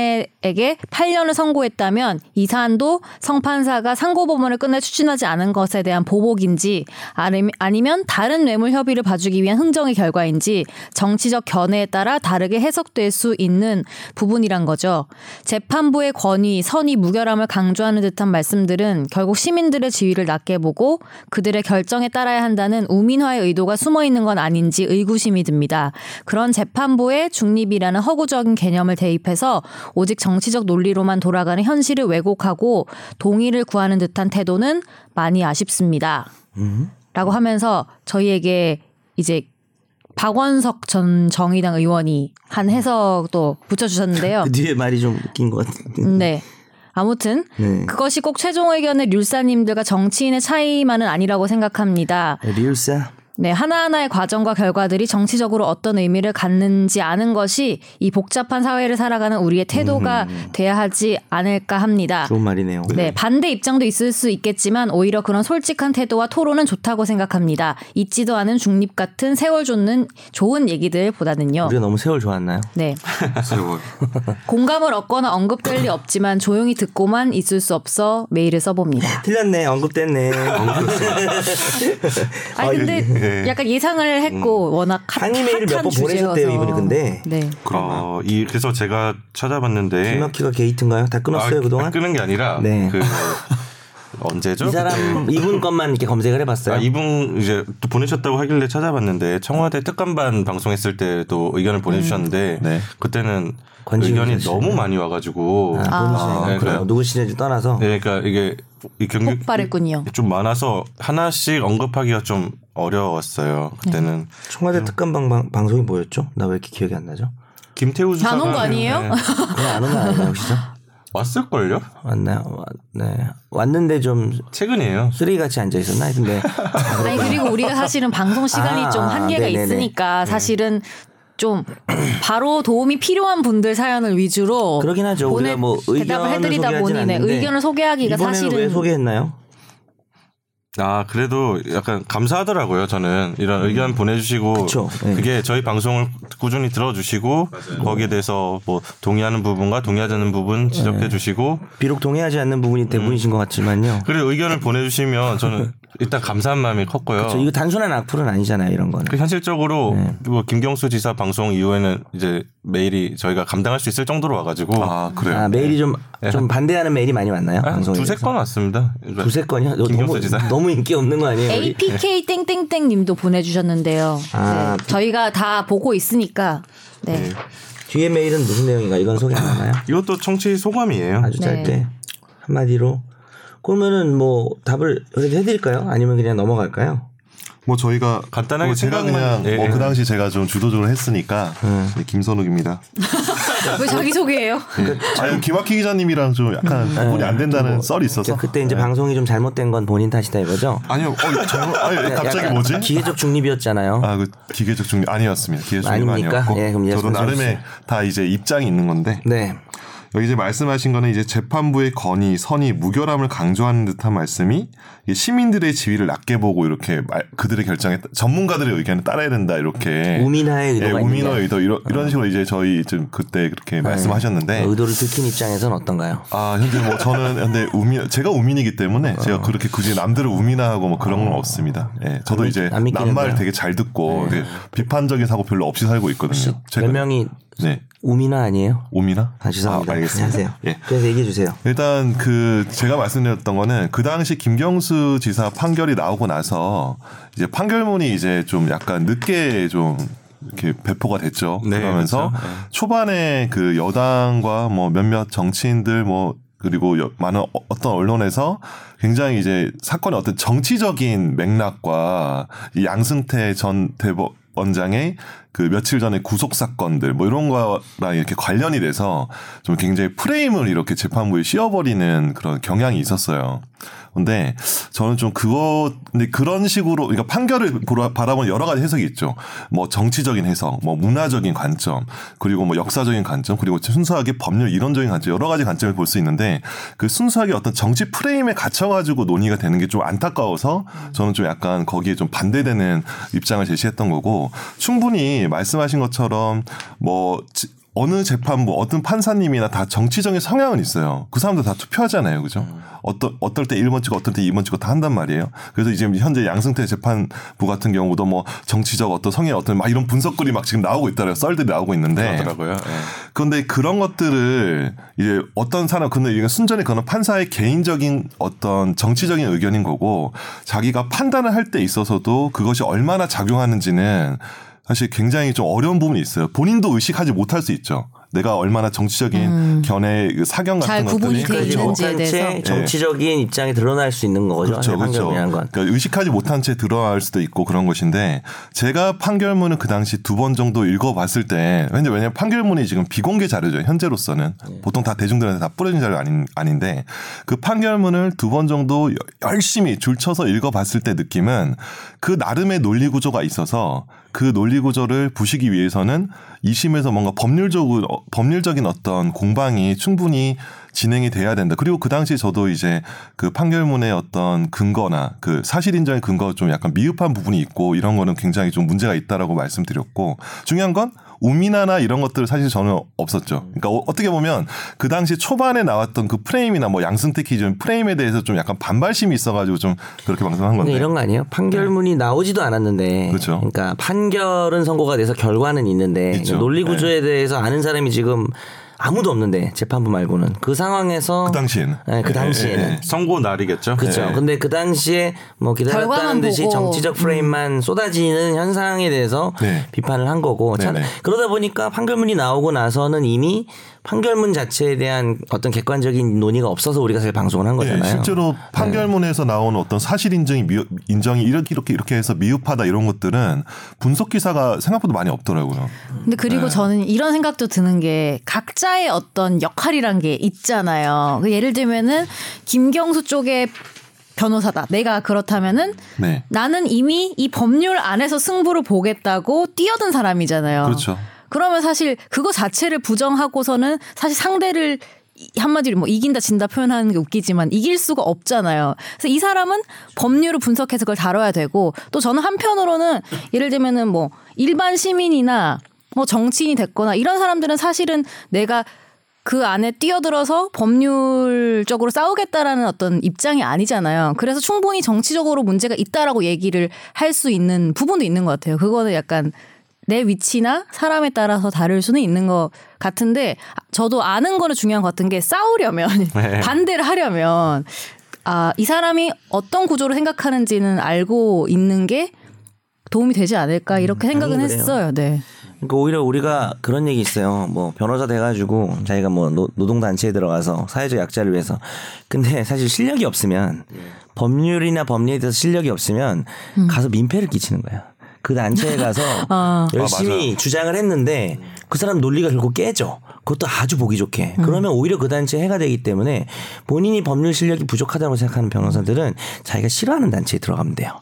Speaker 3: 박근혜에게 8년을 선고했다면 이 사안도 성판사가 상고법원을 끝내 추진하지 않은 것에 대한 보복인지 아니- 아니면 다른 뇌물 협의를 봐주기 위한 흥정의 결과인지 정치적 견해에 따라 다르게 해석될 수 있는 부분이란 거죠. 재판부의 권위, 선의, 무결함을 강조하는 듯한 말씀들은 결국 시민들의 지위를 낮게 보고 그들의 결정에 따라야 한다는 우민화의 의도가 숨어 있는 건 아닌지 의구심이 듭니다. 그런 재판부의 중립이라는 허구적인 개념을 대입해서 오직 정치적 논리로만 돌아가는 현실을 왜곡하고 동의를 구하는 듯한 태도는 많이 아쉽습니다. 라고 하면서 저희에게 이제 박원석 전 정의당 의원이 한 해석도 붙여주셨는데요.
Speaker 2: 그 뒤에 말이 좀 웃긴 것 같은데.
Speaker 3: 네. 아무튼
Speaker 2: 음. 네.
Speaker 3: 그것이 꼭 최종 의견의 률사님들과 정치인의 차이만은 아니라고 생각합니다.
Speaker 2: 리울사.
Speaker 3: 네, 하나하나의 과정과 결과들이 정치적으로 어떤 의미를 갖는지 아는 것이 이 복잡한 사회를 살아가는 우리의 태도가 돼야 하지 않을까 합니다.
Speaker 2: 좋은 음. 말이네요.
Speaker 3: 네, 반대 입장도 있을 수 있겠지만 오히려 그런 솔직한 태도와 토론은 좋다고 생각합니다. 잊지도 않은 중립 같은 세월 좋는 좋은 얘기들보다는요.
Speaker 2: 우리가 너무 세월 좋았나요?
Speaker 3: 네.
Speaker 4: 세월.
Speaker 3: 공감을 얻거나 언급될 리 없지만 조용히 듣고만 있을 수 없어 메일을 써봅니다.
Speaker 2: 틀렸네. 언급됐네. 어,
Speaker 3: 아 근데
Speaker 4: 예.
Speaker 3: 약간 예상을 했고 워낙 핫,
Speaker 2: 항의 메일을 몇번
Speaker 3: 핫한 주제여서.
Speaker 2: 보내셨대요, 이분이 근데.
Speaker 3: 네.
Speaker 1: 어, 이 그래서 제가 찾아봤는데
Speaker 2: 김학희가 게이트인가요? 다 끊었어요
Speaker 1: 아,
Speaker 2: 그동안?
Speaker 1: 끄는 게 아니라
Speaker 2: 네.
Speaker 1: 그 언제죠?
Speaker 2: 이 사람 이분 것만 이렇게 검색을 해봤어요.
Speaker 1: 아, 이분 이제 또 보내셨다고 하길래 찾아봤는데 청와대 특감반 방송했을 때도 의견을 보내주셨는데
Speaker 4: 네.
Speaker 1: 그때는
Speaker 2: 음. 권지윤
Speaker 1: 의견이
Speaker 2: 씨.
Speaker 1: 너무 많이 와가지고
Speaker 2: 아, 아,
Speaker 1: 네,
Speaker 2: 그래요.
Speaker 1: 그래요.
Speaker 2: 누구시는지 떠나서
Speaker 1: 네, 그러니까 이게 이 경력
Speaker 3: 폭발했군요.
Speaker 1: 좀 많아서 하나씩 언급하기가 좀 어려웠어요. 그때는
Speaker 3: 네.
Speaker 2: 청와대 특감방 방, 방송이 뭐였죠? 나 왜 이렇게 기억이 안 나죠?
Speaker 1: 김태우 주사가
Speaker 3: 안온거 아니에요?
Speaker 1: 네,
Speaker 2: 그거 아는 거 아니에요 혹시죠?
Speaker 1: 왔을 걸요?
Speaker 2: 왔나요? 와- 네 왔는데 좀
Speaker 1: 최근이에요.
Speaker 2: 쓰레기같이 앉아 있었나 했는데
Speaker 3: 아니 그리고 우리가 사실은 방송 시간이
Speaker 2: 아,
Speaker 3: 좀 한계가
Speaker 2: 네네네.
Speaker 3: 있으니까 사실은 좀 바로 도움이 필요한 분들 사연을 위주로
Speaker 2: 그러긴 하죠. 우리가 뭐
Speaker 3: 대답을
Speaker 2: 의견을
Speaker 3: 해드리다
Speaker 2: 소개하진
Speaker 3: 보니 네,
Speaker 2: 않는데
Speaker 3: 의견을 소개하기가
Speaker 2: 이번에는
Speaker 3: 사실은
Speaker 2: 왜 소개했나요?
Speaker 1: 아 그래도 약간 감사하더라고요. 저는 이런 의견 보내주시고
Speaker 2: 음. 그쵸, 네.
Speaker 1: 그게 저희 방송을 꾸준히 들어주시고 거기에 대해서 뭐 동의하는 부분과 동의하지 않는 부분
Speaker 2: 네.
Speaker 1: 지적해주시고
Speaker 2: 비록 동의하지 않는
Speaker 3: 음.
Speaker 2: 부분이 대부분이신 것 같지만요.
Speaker 3: 그렇죠.
Speaker 1: 그리고 의견을 보내주시면 저는 일단 감사한 마음이 컸고요.
Speaker 2: 저 이거 네. 단순한 악플은 아니잖아요 이런 거는.
Speaker 1: 그 현실적으로 뭐 김경수 지사 방송 이후에는 이제 메일이 저희가 감당할 수 있을 정도로 와가지고
Speaker 4: 아 그래요.
Speaker 2: 아
Speaker 3: 네.
Speaker 2: 메일이 좀 좀 반대하는 메일이 많이 왔나요?
Speaker 3: 아,
Speaker 1: 한
Speaker 2: 방송에
Speaker 1: 두세
Speaker 2: 대해서?
Speaker 1: 건 왔습니다. 그러니까
Speaker 2: 두세 건이요? 너-
Speaker 1: 김경수
Speaker 2: 너무
Speaker 1: 지사.
Speaker 2: 너무 인기 없는 거 아니에요? 우리?
Speaker 3: APK 땡땡땡님도 보내주셨는데요.
Speaker 2: 아.
Speaker 3: 네, 저희가 다 보고 있으니까 네.
Speaker 2: 뒤에 메일은 무슨 내용인가? 이건 소개 안 하나요?
Speaker 1: 이것도 청취 소감이에요.
Speaker 2: 아주
Speaker 3: 네.
Speaker 2: 짧게 한마디로. 그러면은 뭐 답을 그래도 해드릴까요? 아니면 그냥 넘어갈까요?
Speaker 4: 뭐 저희가
Speaker 1: 간단하게
Speaker 4: 뭐 제가
Speaker 1: 생각만-
Speaker 4: 그냥 뭐
Speaker 1: 예, 예.
Speaker 4: 그 당시 제가 좀 주도적으로 했으니까 네, 김선욱입니다. 네.
Speaker 3: 왜 자기 소개예요?
Speaker 4: 아유 김학희 기자님이랑 좀 약간 구분이 안 된다는 썰이 있어서. 네.
Speaker 2: 그때 음. 네. 뭐 이제 방송이 좀 잘못된 건 본인 탓이다 이거죠?
Speaker 4: 아니요. 어, 잘못- 아니, 갑자기
Speaker 2: 네, 약간
Speaker 4: 뭐지?
Speaker 2: 기계적 중립이었잖아요.
Speaker 4: 아, 그 기계적 중립 아니었습니다. 기계적 중립
Speaker 2: 아닙니까?
Speaker 4: 아니었고
Speaker 2: 예, 그럼
Speaker 4: 저도
Speaker 2: 예선수
Speaker 4: 나름의 다 이제 입장이 있는 건데
Speaker 2: 네.
Speaker 4: 여기 이제 말씀하신 거는 이제 재판부의 건의, 선의, 무결함을 강조하는 듯한 말씀이 이게 시민들의 지위를 낮게 보고 이렇게 말- 그들의 결정에 따- 전문가들의 의견을 따라야 된다 이렇게
Speaker 2: 우민화의
Speaker 4: 예,
Speaker 2: 의도가
Speaker 4: 우민호의
Speaker 2: 있는데 어. 네.
Speaker 4: 의도 이런 이런 식으로 이제 저희 좀 그때 그렇게 말씀하셨는데
Speaker 2: 의도를 들킨 입장에서는 어떤가요?
Speaker 4: 아 현재 뭐 저는 근데 우민 제가 우민이기 때문에
Speaker 2: 어.
Speaker 4: 제가 그렇게 굳이 남들을 우민화하고 뭐 그런 건 없습니다. 예, 저도 이제
Speaker 2: 안 믿기는
Speaker 4: 남말
Speaker 2: 거야.
Speaker 4: 되게 잘 듣고 되게 비판적인 사고 별로 없이 살고 있거든요.
Speaker 2: 몇
Speaker 4: 제가
Speaker 2: 명이
Speaker 4: 네
Speaker 2: 우민화 아니에요?
Speaker 4: 우민화?
Speaker 2: 아 죄송합니다.
Speaker 4: 아, 알겠습니다.
Speaker 2: 안녕하세요.
Speaker 4: 예.
Speaker 2: 그래서 얘기해 주세요.
Speaker 4: 일단 그 제가 말씀드렸던 거는 그 당시 김경수 지사 판결이 나오고 나서 이제 판결문이 이제 좀 약간 늦게 좀 이렇게 배포가 됐죠.
Speaker 1: 네,
Speaker 4: 그러면서 초반에 그 여당과 뭐 몇몇 정치인들 뭐 그리고 여- 많은 어- 어떤 언론에서 굉장히 이제 사건의 어떤 정치적인 맥락과 이 양승태 전 대법원장의 그 며칠 전에 구속 사건들 뭐 이런 거랑 이렇게 관련이 돼서 좀 굉장히 프레임을 이렇게 재판부에 씌워버리는 그런 경향이 있었어요. 근데 저는 좀 그거 근데 그런 식으로 그러니까 판결을 보라, 바라본 여러 가지 해석이 있죠. 뭐 정치적인 해석, 뭐 문화적인 관점, 그리고 뭐 역사적인 관점, 그리고 순수하게 법률 이론적인 관점 여러 가지 관점을 볼 수 있는데 그 순수하게 어떤 정치 프레임에 갇혀가지고 논의가 되는 게 좀 안타까워서 저는 좀 약간 거기에 좀 반대되는 입장을 제시했던 거고 충분히 말씀하신 것처럼 뭐 지- 어느 재판부, 어떤 판사님이나 다 정치적인 성향은 있어요. 그 사람들 다 투표하잖아요. 그죠?
Speaker 5: 음.
Speaker 4: 어떤, 어떨 때 1번 찍고 어떨 때 2번 찍고 다 한단 말이에요. 그래서 지금 현재 양승태 재판부 같은 경우도 뭐 정치적 어떤 성향 어떤 막 이런 분석글이 막 지금 나오고 있더라고요. 썰들이 나오고 있는데.
Speaker 5: 그러더라고요. 예.
Speaker 4: 그런데 그런 것들을 이제 어떤 사람 근데 이게 순전히 그는 판사의 개인적인 어떤 정치적인 의견인 거고 자기가 판단을 할 때 있어서도 그것이 얼마나 작용하는지는 사실 굉장히 좀 어려운 부분이 있어요. 본인도 의식하지 못할 수 있죠. 내가 얼마나 정치적인 견해 그 사견
Speaker 3: 음. 잘
Speaker 4: 같은
Speaker 3: 구분이 돼
Speaker 4: 것들이
Speaker 2: 그러니까 이제
Speaker 3: 있는지.
Speaker 2: 못한
Speaker 3: 대해서.
Speaker 2: 채 정치적인 입장이 드러날 수 있는 거죠.
Speaker 4: 네. 그렇죠, 그렇죠.
Speaker 2: 판결문이라는 건.
Speaker 4: 그러니까 의식하지 못한 채 들어갈 수도 있고 그런 것인데 제가 판결문을 그 당시 두 번 정도 읽어봤을 때 근데 왜냐면 판결문이 지금 비공개 자료죠 현재로서는
Speaker 2: 네.
Speaker 4: 보통 다 대중들한테 다 뿌려진 자료 아닌 아닌데 그 판결문을 두 번 정도 여- 열심히 줄쳐서 읽어봤을 때 느낌은 그 나름의 논리 구조가 있어서 그 논리 구조를 부시기 위해서는 2심에서 뭔가 법률적으로 어, 법률적인 어떤 공방이 충분히 진행이 돼야 된다. 그리고 그 당시 저도 이제 그 판결문의 어떤 근거나 그 사실 인정의 근거 좀 약간 미흡한 부분이 있고 이런 거는 굉장히 좀 문제가 있다라고 말씀드렸고 중요한 건 우미나나 이런 것들 사실 저는 없었죠. 그러니까 어- 어떻게 보면 그 당시 초반에 나왔던 그 프레임이나 뭐 양승태 기준 프레임에 대해서 좀 약간 반발심이 있어가지고 좀 그렇게 방송한
Speaker 2: 근데
Speaker 4: 건데.
Speaker 2: 이런 거 아니에요? 판결문이 나오지도 않았는데.
Speaker 4: 네. 그렇죠.
Speaker 2: 러니까 판결은 선고가 돼서 결과는 있는데
Speaker 4: 있죠. 네.
Speaker 2: 논리 구조에 대해서 아는 사람이 지금 아무도 없는데 재판부 말고는 그 상황에서
Speaker 4: 그 당시에는. 예.
Speaker 2: 네, 그 당시에는
Speaker 1: 선고 날이겠죠. 예.
Speaker 2: 그렇죠. 근데 그 당시에 뭐
Speaker 3: 결과만
Speaker 2: 기다렸다는 듯이
Speaker 3: 보고. 음.
Speaker 2: 정치적 프레임만 쏟아지는 현상에 대해서
Speaker 4: 네.
Speaker 2: 비판을 한 거고 참
Speaker 4: 네네.
Speaker 2: 그러다 보니까 판결문이 나오고 나서는 이미 판결문 자체에 대한 어떤 객관적인 논의가 없어서 우리가 사실 방송을 한 거잖아요.
Speaker 4: 네, 실제로 판결문에서 나온 어떤 사실 인정이 미, 인정이 이렇게 이렇게 이렇게 해서 미흡하다 이런 것들은 분석 기사가 생각보다 많이 없더라고요.
Speaker 3: 근데
Speaker 4: 네.
Speaker 3: 그리고 저는 이런 생각도 드는 게 각자의 어떤 역할이란 게 있잖아요. 그 예를 들면은 김경수 쪽의 변호사다. 내가 그렇다면은
Speaker 4: 네.
Speaker 3: 나는 이미 이 법률 안에서 승부를 보겠다고 뛰어든 사람이잖아요.
Speaker 4: 그렇죠.
Speaker 3: 그러면 사실 그거 자체를 부정하고서는 사실 상대를 이- 한마디로 뭐 이긴다 진다 표현하는 게 웃기지만 이길 수가 없잖아요. 그래서 이 사람은 법률을 분석해서 그걸 다뤄야 되고 또 저는 한편으로는 예를 들면은 뭐 일반 시민이나 뭐 정치인이 됐거나 이런 사람들은 사실은 내가 그 안에 뛰어들어서 법률적으로 싸우겠다라는 어떤 입장이 아니잖아요. 그래서 충분히 정치적으로 문제가 있다라고 얘기를 할 수 있는 부분도 있는 것 같아요. 그거는 약간 내 위치나 사람에 따라서 다를 수는 있는 것 같은데 저도 아는 거는 중요한 것 같은 게 싸우려면
Speaker 2: 네.
Speaker 3: 반대를 하려면 아 이 사람이 어떤 구조로 생각하는지는 알고 있는 게 도움이 되지 않을까 이렇게 생각은
Speaker 2: 음, 그래요.
Speaker 3: 했어요. 네.
Speaker 2: 그러니까 오히려 우리가 그런 얘기 있어요. 뭐 변호사 돼가지고 자기가 뭐 노, 동단체에 들어가서 사회적 약자를 위해서. 근데 사실 실력이 없으면 법률이나 법리에 대해서 실력이 없으면 가서 민폐를 끼치는 거야. 그 단체에 가서
Speaker 4: 아,
Speaker 2: 열심히 주장을 했는데 그 사람 논리가 결국 깨져. 그것도 아주 보기 좋게. 그러면 오히려 그 단체에 해가 되기 때문에 본인이 법률 실력이 부족하다고 생각하는 변호사들은 자기가 싫어하는 단체에 들어가면 돼요.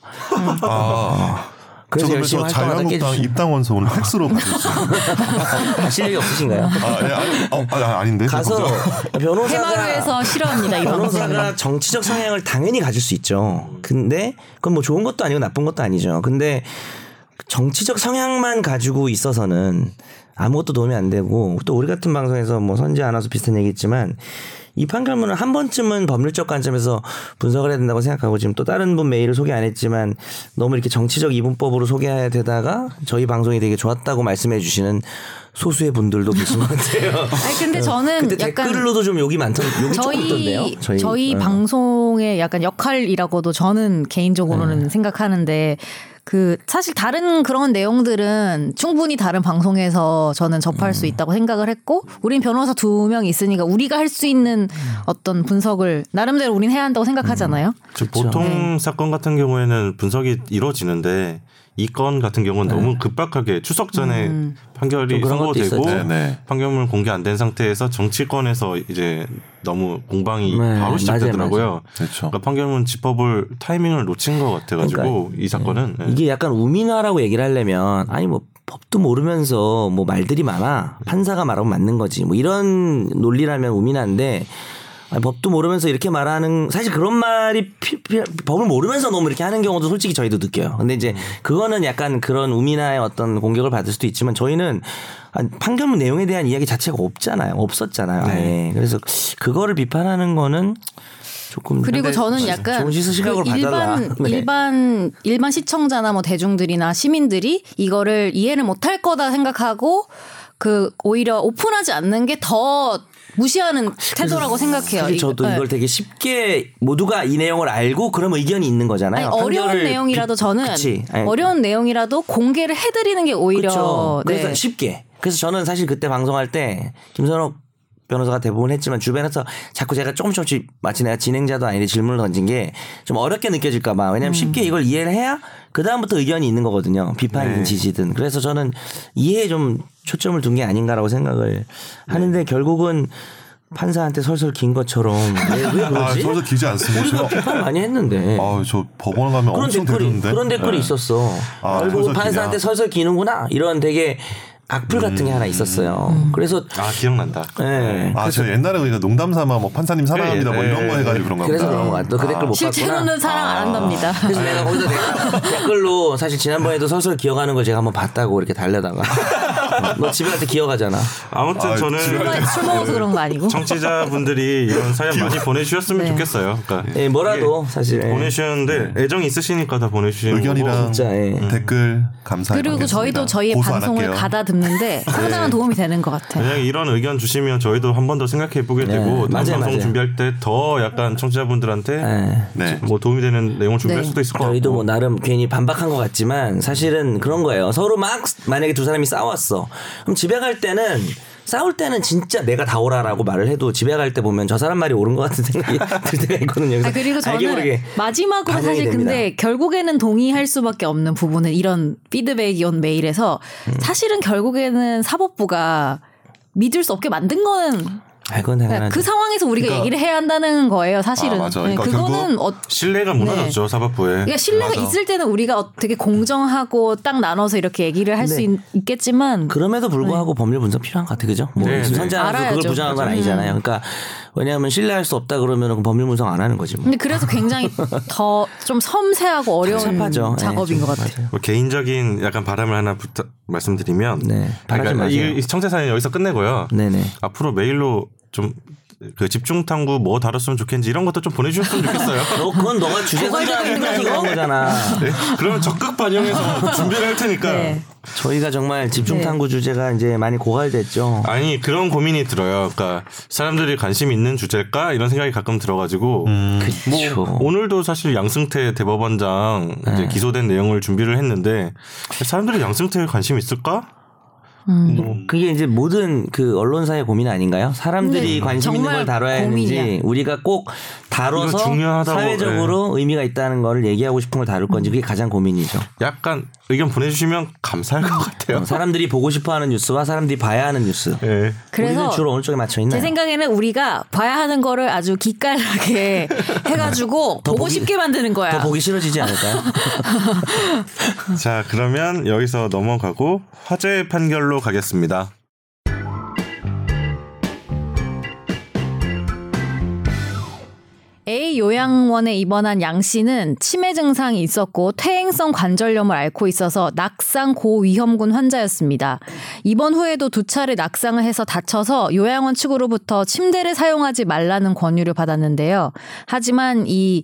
Speaker 4: 아. 저
Speaker 2: 그래서 열심히
Speaker 4: 그래서
Speaker 2: 활동하다
Speaker 4: 자유한국당
Speaker 2: 깨지죠.
Speaker 4: 입당 원서 오늘 팩스로 받으셨어요.
Speaker 2: 실력이 없으신가요?
Speaker 4: 아, 네, 아니, 어, 아, 아닌데.
Speaker 2: 가서
Speaker 4: 죄송합니다.
Speaker 2: 변호사가
Speaker 3: 해마루에서 싫어합니다. 이 방송을.
Speaker 2: 변호사가 정치적 성향을 당연히 가질 수 있죠. 근데 그건 뭐 좋은 것도 아니고 나쁜 것도 아니죠. 근데 정치적 성향만 가지고 있어서는 아무것도 도움이 안 되고 또 우리 같은 방송에서 뭐 선지 안아서 비슷한 얘기했지만 이 판결문을 한 번쯤은 법률적 관점에서 분석을 해야 된다고 생각하고 지금 또 다른 분 메일을 소개 안 했지만 너무 이렇게 정치적 이분법으로 소개해야 되다가 저희 방송이 되게 좋았다고 말씀해 주시는 소수의 분들도 계신 것 같아요.
Speaker 3: 아니 근데 저는
Speaker 2: 그때
Speaker 3: 약간
Speaker 2: 네. 댓글로도 좀 욕이 많던 욕이 조금 있던데요. 네.
Speaker 3: 저희 저희, 방송의 약간 역할이라고도 저는
Speaker 2: 네.
Speaker 3: 개인적으로는 생각하는데 그 사실 다른 그런 내용들은 충분히 다른 방송에서 저는 접할
Speaker 2: 음.
Speaker 3: 수 있다고 생각을 했고 우린 변호사 두 명 있으니까 우리가 할 수 있는
Speaker 2: 음.
Speaker 3: 어떤 분석을 나름대로
Speaker 2: 그렇죠.
Speaker 3: 우린 해야 한다고 생각하잖아요.
Speaker 2: 네.
Speaker 1: 즉 보통 사건 같은 경우에는 분석이 이루어지는데 이 건 같은 경우는 너무 급박하게 추석 전에
Speaker 3: 음.
Speaker 1: 판결이
Speaker 2: 네. 좀 그런 것도
Speaker 1: 선고되고
Speaker 2: 있었죠.
Speaker 4: 네네.
Speaker 1: 판결문 공개 안 된 상태에서 정치권에서 이제 너무 공방이
Speaker 2: 네,
Speaker 1: 바로 시작되더라고요.
Speaker 4: 그렇죠.
Speaker 1: 그러니까 판결문 짚어볼 타이밍을 놓친 것 같아가지고
Speaker 2: 그러니까,
Speaker 1: 이 사건은 예.
Speaker 2: 이게 약간 우민화라고 얘기를 하려면 아니 뭐 법도 모르면서 뭐 말들이 많아 판사가 말하면 맞는 거지 뭐 이런 논리라면 우민화인데 아니, 법도 모르면서 이렇게 말하는 사실 그런 말이 피- 피- 법을 모르면서 너무 이렇게 하는 경우도 솔직히 저희도 느껴요. 근데 이제 그거는 약간 그런 우민화의 어떤 공격을 받을 수도 있지만 저희는 아, 판결문 내용에 대한 이야기 자체가 없잖아요. 없었잖아요. 아예. 그래서 그거를 비판하는 거는 조금
Speaker 3: 그리고 저는 약간
Speaker 2: 아, 좋은 시선 시각으로
Speaker 3: 그
Speaker 2: 봐달라.
Speaker 3: 일반
Speaker 2: 네.
Speaker 3: 일반 일반 시청자나 뭐 대중들이나 시민들이 이거를 이해를 못할 거다 생각하고 그 오히려 오픈하지 않는 게 더 무시하는 태도라고 생각해요.
Speaker 2: 사실 저도
Speaker 3: 네.
Speaker 2: 이걸 되게 쉽게 모두가 이 내용을 알고 그런 의견이 있는
Speaker 3: 네. 아니,
Speaker 2: 거잖아요.
Speaker 3: 어려운
Speaker 2: 판결을
Speaker 3: 내용이라도
Speaker 2: 비-
Speaker 3: 저는
Speaker 2: 그치. 예. 아니,
Speaker 3: 어려운 내용이라도 공개를 해드리는 게 오히려
Speaker 2: 그쵸. 그래서
Speaker 3: 네.
Speaker 2: 쉽게. 그래서 저는 사실 그때 방송할 때 김선욱 변호사가 대부분 했지만 주변에서 자꾸 제가 조금 조금씩 마치 내가 진행자도 아닌데 질문을 던진 게 좀 어렵게 느껴질까봐 왜냐면 쉽게 이걸 이해를 해야 그 다음부터 의견이 있는 거거든요 비판이든
Speaker 1: 네.
Speaker 2: 지지든 그래서 저는 이해에 좀 초점을 둔 게 아닌가라고 생각을 하는데 결국은 판사한테 설설 긴 것처럼 왜, 왜
Speaker 4: 아,
Speaker 2: 그러지?
Speaker 4: 저도 기지 않습니다.
Speaker 2: 우리가
Speaker 4: 제가
Speaker 2: 비판 많이 했는데
Speaker 4: 아, 저 법원 가면
Speaker 2: 그런
Speaker 4: 엄청
Speaker 2: 댓글이
Speaker 4: 되는데. 네.
Speaker 2: 그런 댓글이 있었어.
Speaker 4: 아,
Speaker 2: 결국
Speaker 4: 설설
Speaker 2: 판사한테
Speaker 4: 기냐.
Speaker 2: 설설 기는구나 이런 되게 악플 같은
Speaker 4: 음.
Speaker 2: 게 하나 있었어요.
Speaker 3: 음.
Speaker 2: 그래서
Speaker 1: 아 기억난다. 네.
Speaker 2: 예.
Speaker 4: 아, 제가 옛날에 그러니까 농담 삼아 뭐 판사님 사랑합니다 뭐
Speaker 1: 예,
Speaker 4: 이런 거
Speaker 1: 예.
Speaker 4: 해가지고 그런가 네.
Speaker 2: 그래서
Speaker 4: 보다.
Speaker 2: 그런 거야. 너그 댓글 못 봤구나. 아.
Speaker 3: 실제로는 사랑 안 한답니다.
Speaker 2: 그래서 내가 거기서 내가 댓글로 사실 지난번에도 설설 기어가는 걸 제가 한번 봤다고 이렇게 달려다가 너 집에 갈 때 기어가잖아.
Speaker 1: 아무튼
Speaker 4: 아,
Speaker 1: 저는
Speaker 4: 지금-
Speaker 3: 술, 술 먹어서 그런 거 아니고.
Speaker 1: 청취자분들이 이런 사연 많이 보내주셨으면
Speaker 3: 네.
Speaker 1: 좋겠어요. 그러니까
Speaker 2: 예, 뭐라도 사실 예.
Speaker 1: 보내주셨는데 애정 이 있으시니까 다 보내주시는 거고.
Speaker 4: 네. 의견이랑
Speaker 2: 뭐 진짜, 예.
Speaker 4: 댓글 감사해요.
Speaker 3: 그리고 저희도 저희의 방송을 가다듬는데
Speaker 2: 네.
Speaker 3: 상당한 도움이 되는 것 같아요.
Speaker 1: 그냥 이런 의견 주시면 저희도 한 번 더 생각해 보게 되고 다음
Speaker 2: 네, 맞아요,
Speaker 1: 방송
Speaker 2: 맞아요.
Speaker 1: 준비할 때 더 약간 청취자분들한테
Speaker 2: 예.
Speaker 4: 네.
Speaker 1: 뭐 도움이 되는 내용을 준비할
Speaker 3: 네.
Speaker 1: 수도 있을 것 같고.
Speaker 2: 저희도 뭐 나름 괜히 반박한 것 같지만 사실은 그런 거예요. 서로 막 만약에 두 사람이 싸웠어. 그럼 집에 갈 때는 싸울 때는 진짜 내가 다 오라라고 말을 해도 집에 갈 때 보면 저 사람 말이 옳은 것 같은 생각이 들 때가 있거든요. 그래서
Speaker 3: 아, 그리고
Speaker 2: 알게
Speaker 3: 저는
Speaker 2: 모르게
Speaker 3: 마지막으로
Speaker 2: 반영이
Speaker 3: 사실
Speaker 2: 됩니다.
Speaker 3: 근데 결국에는 동의할 수밖에 없는 부분은 이런 피드백이 온 메일에서
Speaker 2: 음.
Speaker 3: 사실은 결국에는 사법부가 믿을 수 없게 만든 거는
Speaker 2: 아, 그건
Speaker 3: 그러니까
Speaker 2: 당연하죠.
Speaker 3: 그 상황에서 우리가
Speaker 4: 그러니까-
Speaker 3: 얘기를 해야 한다는 거예요. 사실은
Speaker 4: 아, 맞아. 그러니까
Speaker 3: 네, 그거는
Speaker 4: 결국 네.
Speaker 3: 어,
Speaker 1: 신뢰가 무너졌죠 사법부에.
Speaker 2: 네,
Speaker 3: 그러니까 신뢰가
Speaker 4: 맞아.
Speaker 3: 있을 때는 우리가 어- 되게 공정하고 딱 나눠서 이렇게 얘기를 할 수
Speaker 2: 네.
Speaker 3: 있겠지만
Speaker 2: 그럼에도 불구하고 법률 분석 필요한 것 같아 그죠? 뭐
Speaker 1: 네,
Speaker 2: 지금
Speaker 1: 네.
Speaker 2: 선재하고
Speaker 3: 네. 알아야죠. 음.
Speaker 2: 그걸 부정한 건
Speaker 3: 맞아요.
Speaker 2: 아니잖아요. 그러니까 왜냐하면 신뢰할 수 없다 그러면 법률 분석 안 하는 거지 뭐.
Speaker 3: 근데 그래서 굉장히 더 좀 섬세하고 어려운
Speaker 2: 복잡하죠. 예,
Speaker 3: 작업인
Speaker 2: 좀
Speaker 3: 것 같아요.
Speaker 2: 맞아요.
Speaker 1: 뭐 개인적인 약간 바람을 하나 부탁 말씀드리면
Speaker 2: 네, 바라지
Speaker 1: 그러니까
Speaker 2: 마세요.
Speaker 1: 이, 이 청재 사연 여기서 끝내고요.
Speaker 2: 네네.
Speaker 1: 앞으로 메일로 좀 그 집중 탐구 뭐 다뤘으면 좋겠는지 이런 것도 좀 보내주셨으면 좋겠어요.
Speaker 2: 너 그건 너가 주제
Speaker 3: 고갈되고 있는
Speaker 2: 선정하니까
Speaker 3: 거
Speaker 2: 이거 한 거잖아.
Speaker 1: 네, 그러면 적극 반영해서
Speaker 2: 아,
Speaker 1: 준비를 할 테니까.
Speaker 2: 뭐
Speaker 3: 네.
Speaker 2: 저희가 정말 집중
Speaker 3: 네.
Speaker 2: 탐구 주제가 이제 많이 고갈됐죠.
Speaker 1: 아니 그런 고민이 들어요. 그러니까 사람들이 관심 있는 주제일까 이런 생각이 가끔 들어가지고
Speaker 2: 그렇죠.
Speaker 1: 뭐 오늘도 사실 양승태 대법원장 이제 기소된 내용을 준비를 했는데 사람들이 양승태에 관심 있을까? 음.
Speaker 2: 그게 이제 모든 그 언론사의 고민 아닌가요? 사람들이
Speaker 3: 네,
Speaker 2: 관심 있는
Speaker 3: 정말
Speaker 2: 걸 다뤄야 하는지
Speaker 3: 고민이야.
Speaker 2: 우리가 꼭 다뤄서
Speaker 1: 이거 중요하다고, 예.
Speaker 2: 사회적으로 의미가 있다는 거를 얘기하고 싶은 걸 다룰 건지 그게 가장 고민이죠.
Speaker 1: 약간 의견 보내주시면 감사할 것 같아요.
Speaker 2: 사람들이 보고 싶어하는 뉴스와 사람들이 봐야 하는 뉴스.
Speaker 1: 예.
Speaker 3: 그래서
Speaker 2: 우리는 주로 어느 쪽에 맞춰
Speaker 3: 제
Speaker 2: 있나요?
Speaker 3: 생각에는 우리가 봐야 하는 거를 아주 기깔나게 해가지고 보고
Speaker 2: 보기-
Speaker 3: 싶게 만드는 거야.
Speaker 2: 더 보기 싫어지지 않을까요?
Speaker 1: 자 그러면 여기서 넘어가고 화재 판결로 가겠습니다.
Speaker 3: A 요양원에 입원한 양 씨는 치매 증상이 있었고 퇴행성 관절염을 앓고 있어서 낙상 고위험군 환자였습니다. 입원 후에도 두 차례 낙상을 해서 다쳐서 요양원 측으로부터 침대를 사용하지 말라는 권유를 받았는데요. 하지만 이